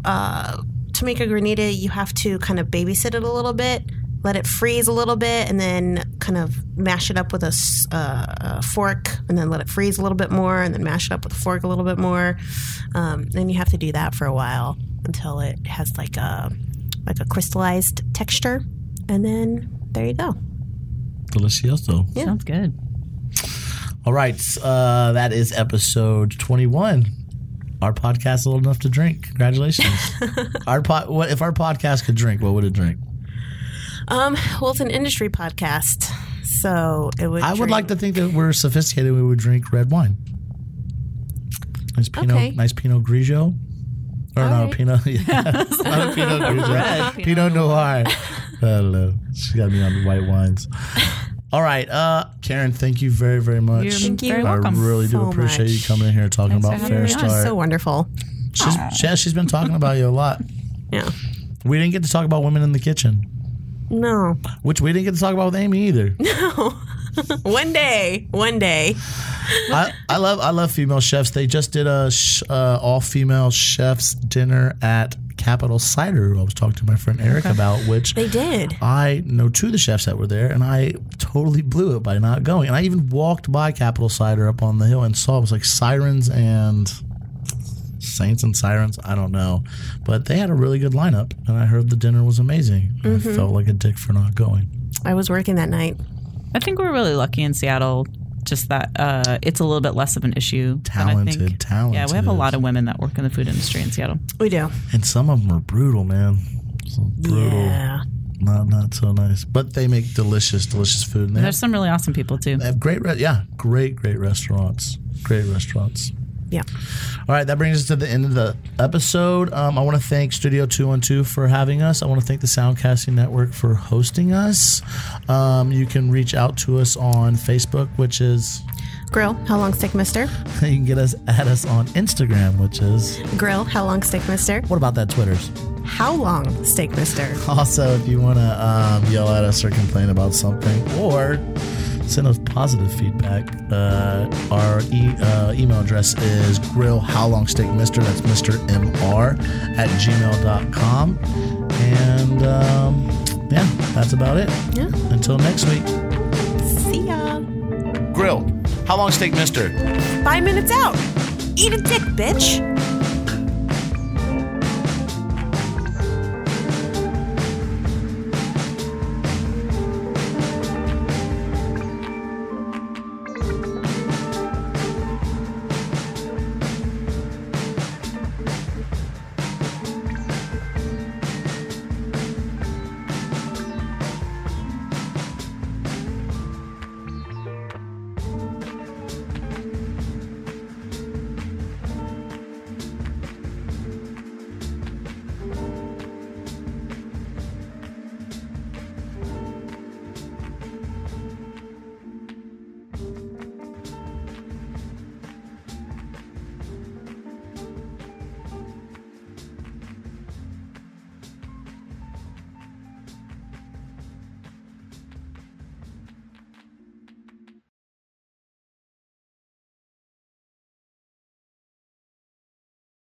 S2: Uh, to make a granita, you have to kind of babysit it a little bit. Let it freeze a little bit, and then kind of mash it up with a, s- uh, a fork, and then let it freeze a little bit more, and then mash it up with a fork a little bit more. Um, then you have to do that for a while until it has like a like a crystallized texture, and then there you go.
S1: Delicioso.
S3: Sounds good.
S1: All right, uh, that is episode 21. Our podcast old enough to drink. Congratulations. our po- what if our podcast could drink? What would it drink?
S2: Um, well, it's an industry podcast, so it would.
S1: I would
S2: drink-
S1: like to think that we're sophisticated. We would drink red wine. Nice Pinot,
S2: Okay.
S1: nice Pinot Grigio, or no
S2: right.
S1: Pinot, yeah, not a Pinot Grigio, Pinot, Noir. I don't know. She got me on the white wines. All right, uh, Karen, thank you very, very much.
S3: You're
S2: Thank you.
S3: very
S1: I
S3: welcome.
S1: really do
S2: so
S1: appreciate you
S2: much.
S1: coming in here talking
S3: Thanks for
S1: about
S3: having
S1: Fair
S3: me on.
S1: Start.
S2: So wonderful.
S1: She's, yeah, she's been talking about you a lot.
S2: Yeah.
S1: We didn't get to talk about women in the kitchen,
S2: No.
S1: which we didn't get to talk about with Amy either.
S2: No. one day, one day.
S1: I, I love I love female chefs. They just did a sh- uh, all female chefs dinner at Capital Cider. Who I was talking to my friend Eric about, which
S2: They did.
S1: I know two of the chefs that were there, and I totally blew it by not going. And I even walked by Capital Cider up on the hill and saw it was like sirens and saints and sirens. I don't know, but they had a really good lineup, and I heard the dinner was amazing. I felt like a dick for not going.
S2: I was working that night.
S3: I think we're really lucky in Seattle. Just that uh, it's a little bit less of an issue. than I
S1: Talented,
S3: think. Yeah, we have a
S1: talented.
S3: lot of women that work in the food industry in Seattle.
S2: We do.
S1: And some of them are brutal, man. Some brutal,
S2: Yeah.
S1: not not so nice. But they make delicious, delicious food. And they
S3: And
S1: have,
S3: there's some really awesome people too.
S1: they have great, re- yeah, great, great restaurants. Great restaurants.
S2: Yeah.
S1: All right, that brings us to the end of the episode. Um, I want to thank Studio 212 for having us. I want to thank the Soundcasting Network for hosting us. Um, you can reach out to us on Facebook, which is,
S2: Grill, how long stick, mister?
S1: you can get us at us on Instagram, which is,
S2: Grill, how long stick, mister?
S1: what about that Twitter's?
S2: How long stick, mister?
S1: Also, if you want to um, yell at us or complain about something or send us positive feedback, uh, our e- uh, email address is grill how long steak mister. That's Mr. MR at gmail.com. And um, yeah, that's about it.
S2: Yeah.
S1: Until next week.
S2: See ya.
S1: Grill. How long steak mister?
S2: Five minutes out. Eat a dick, bitch.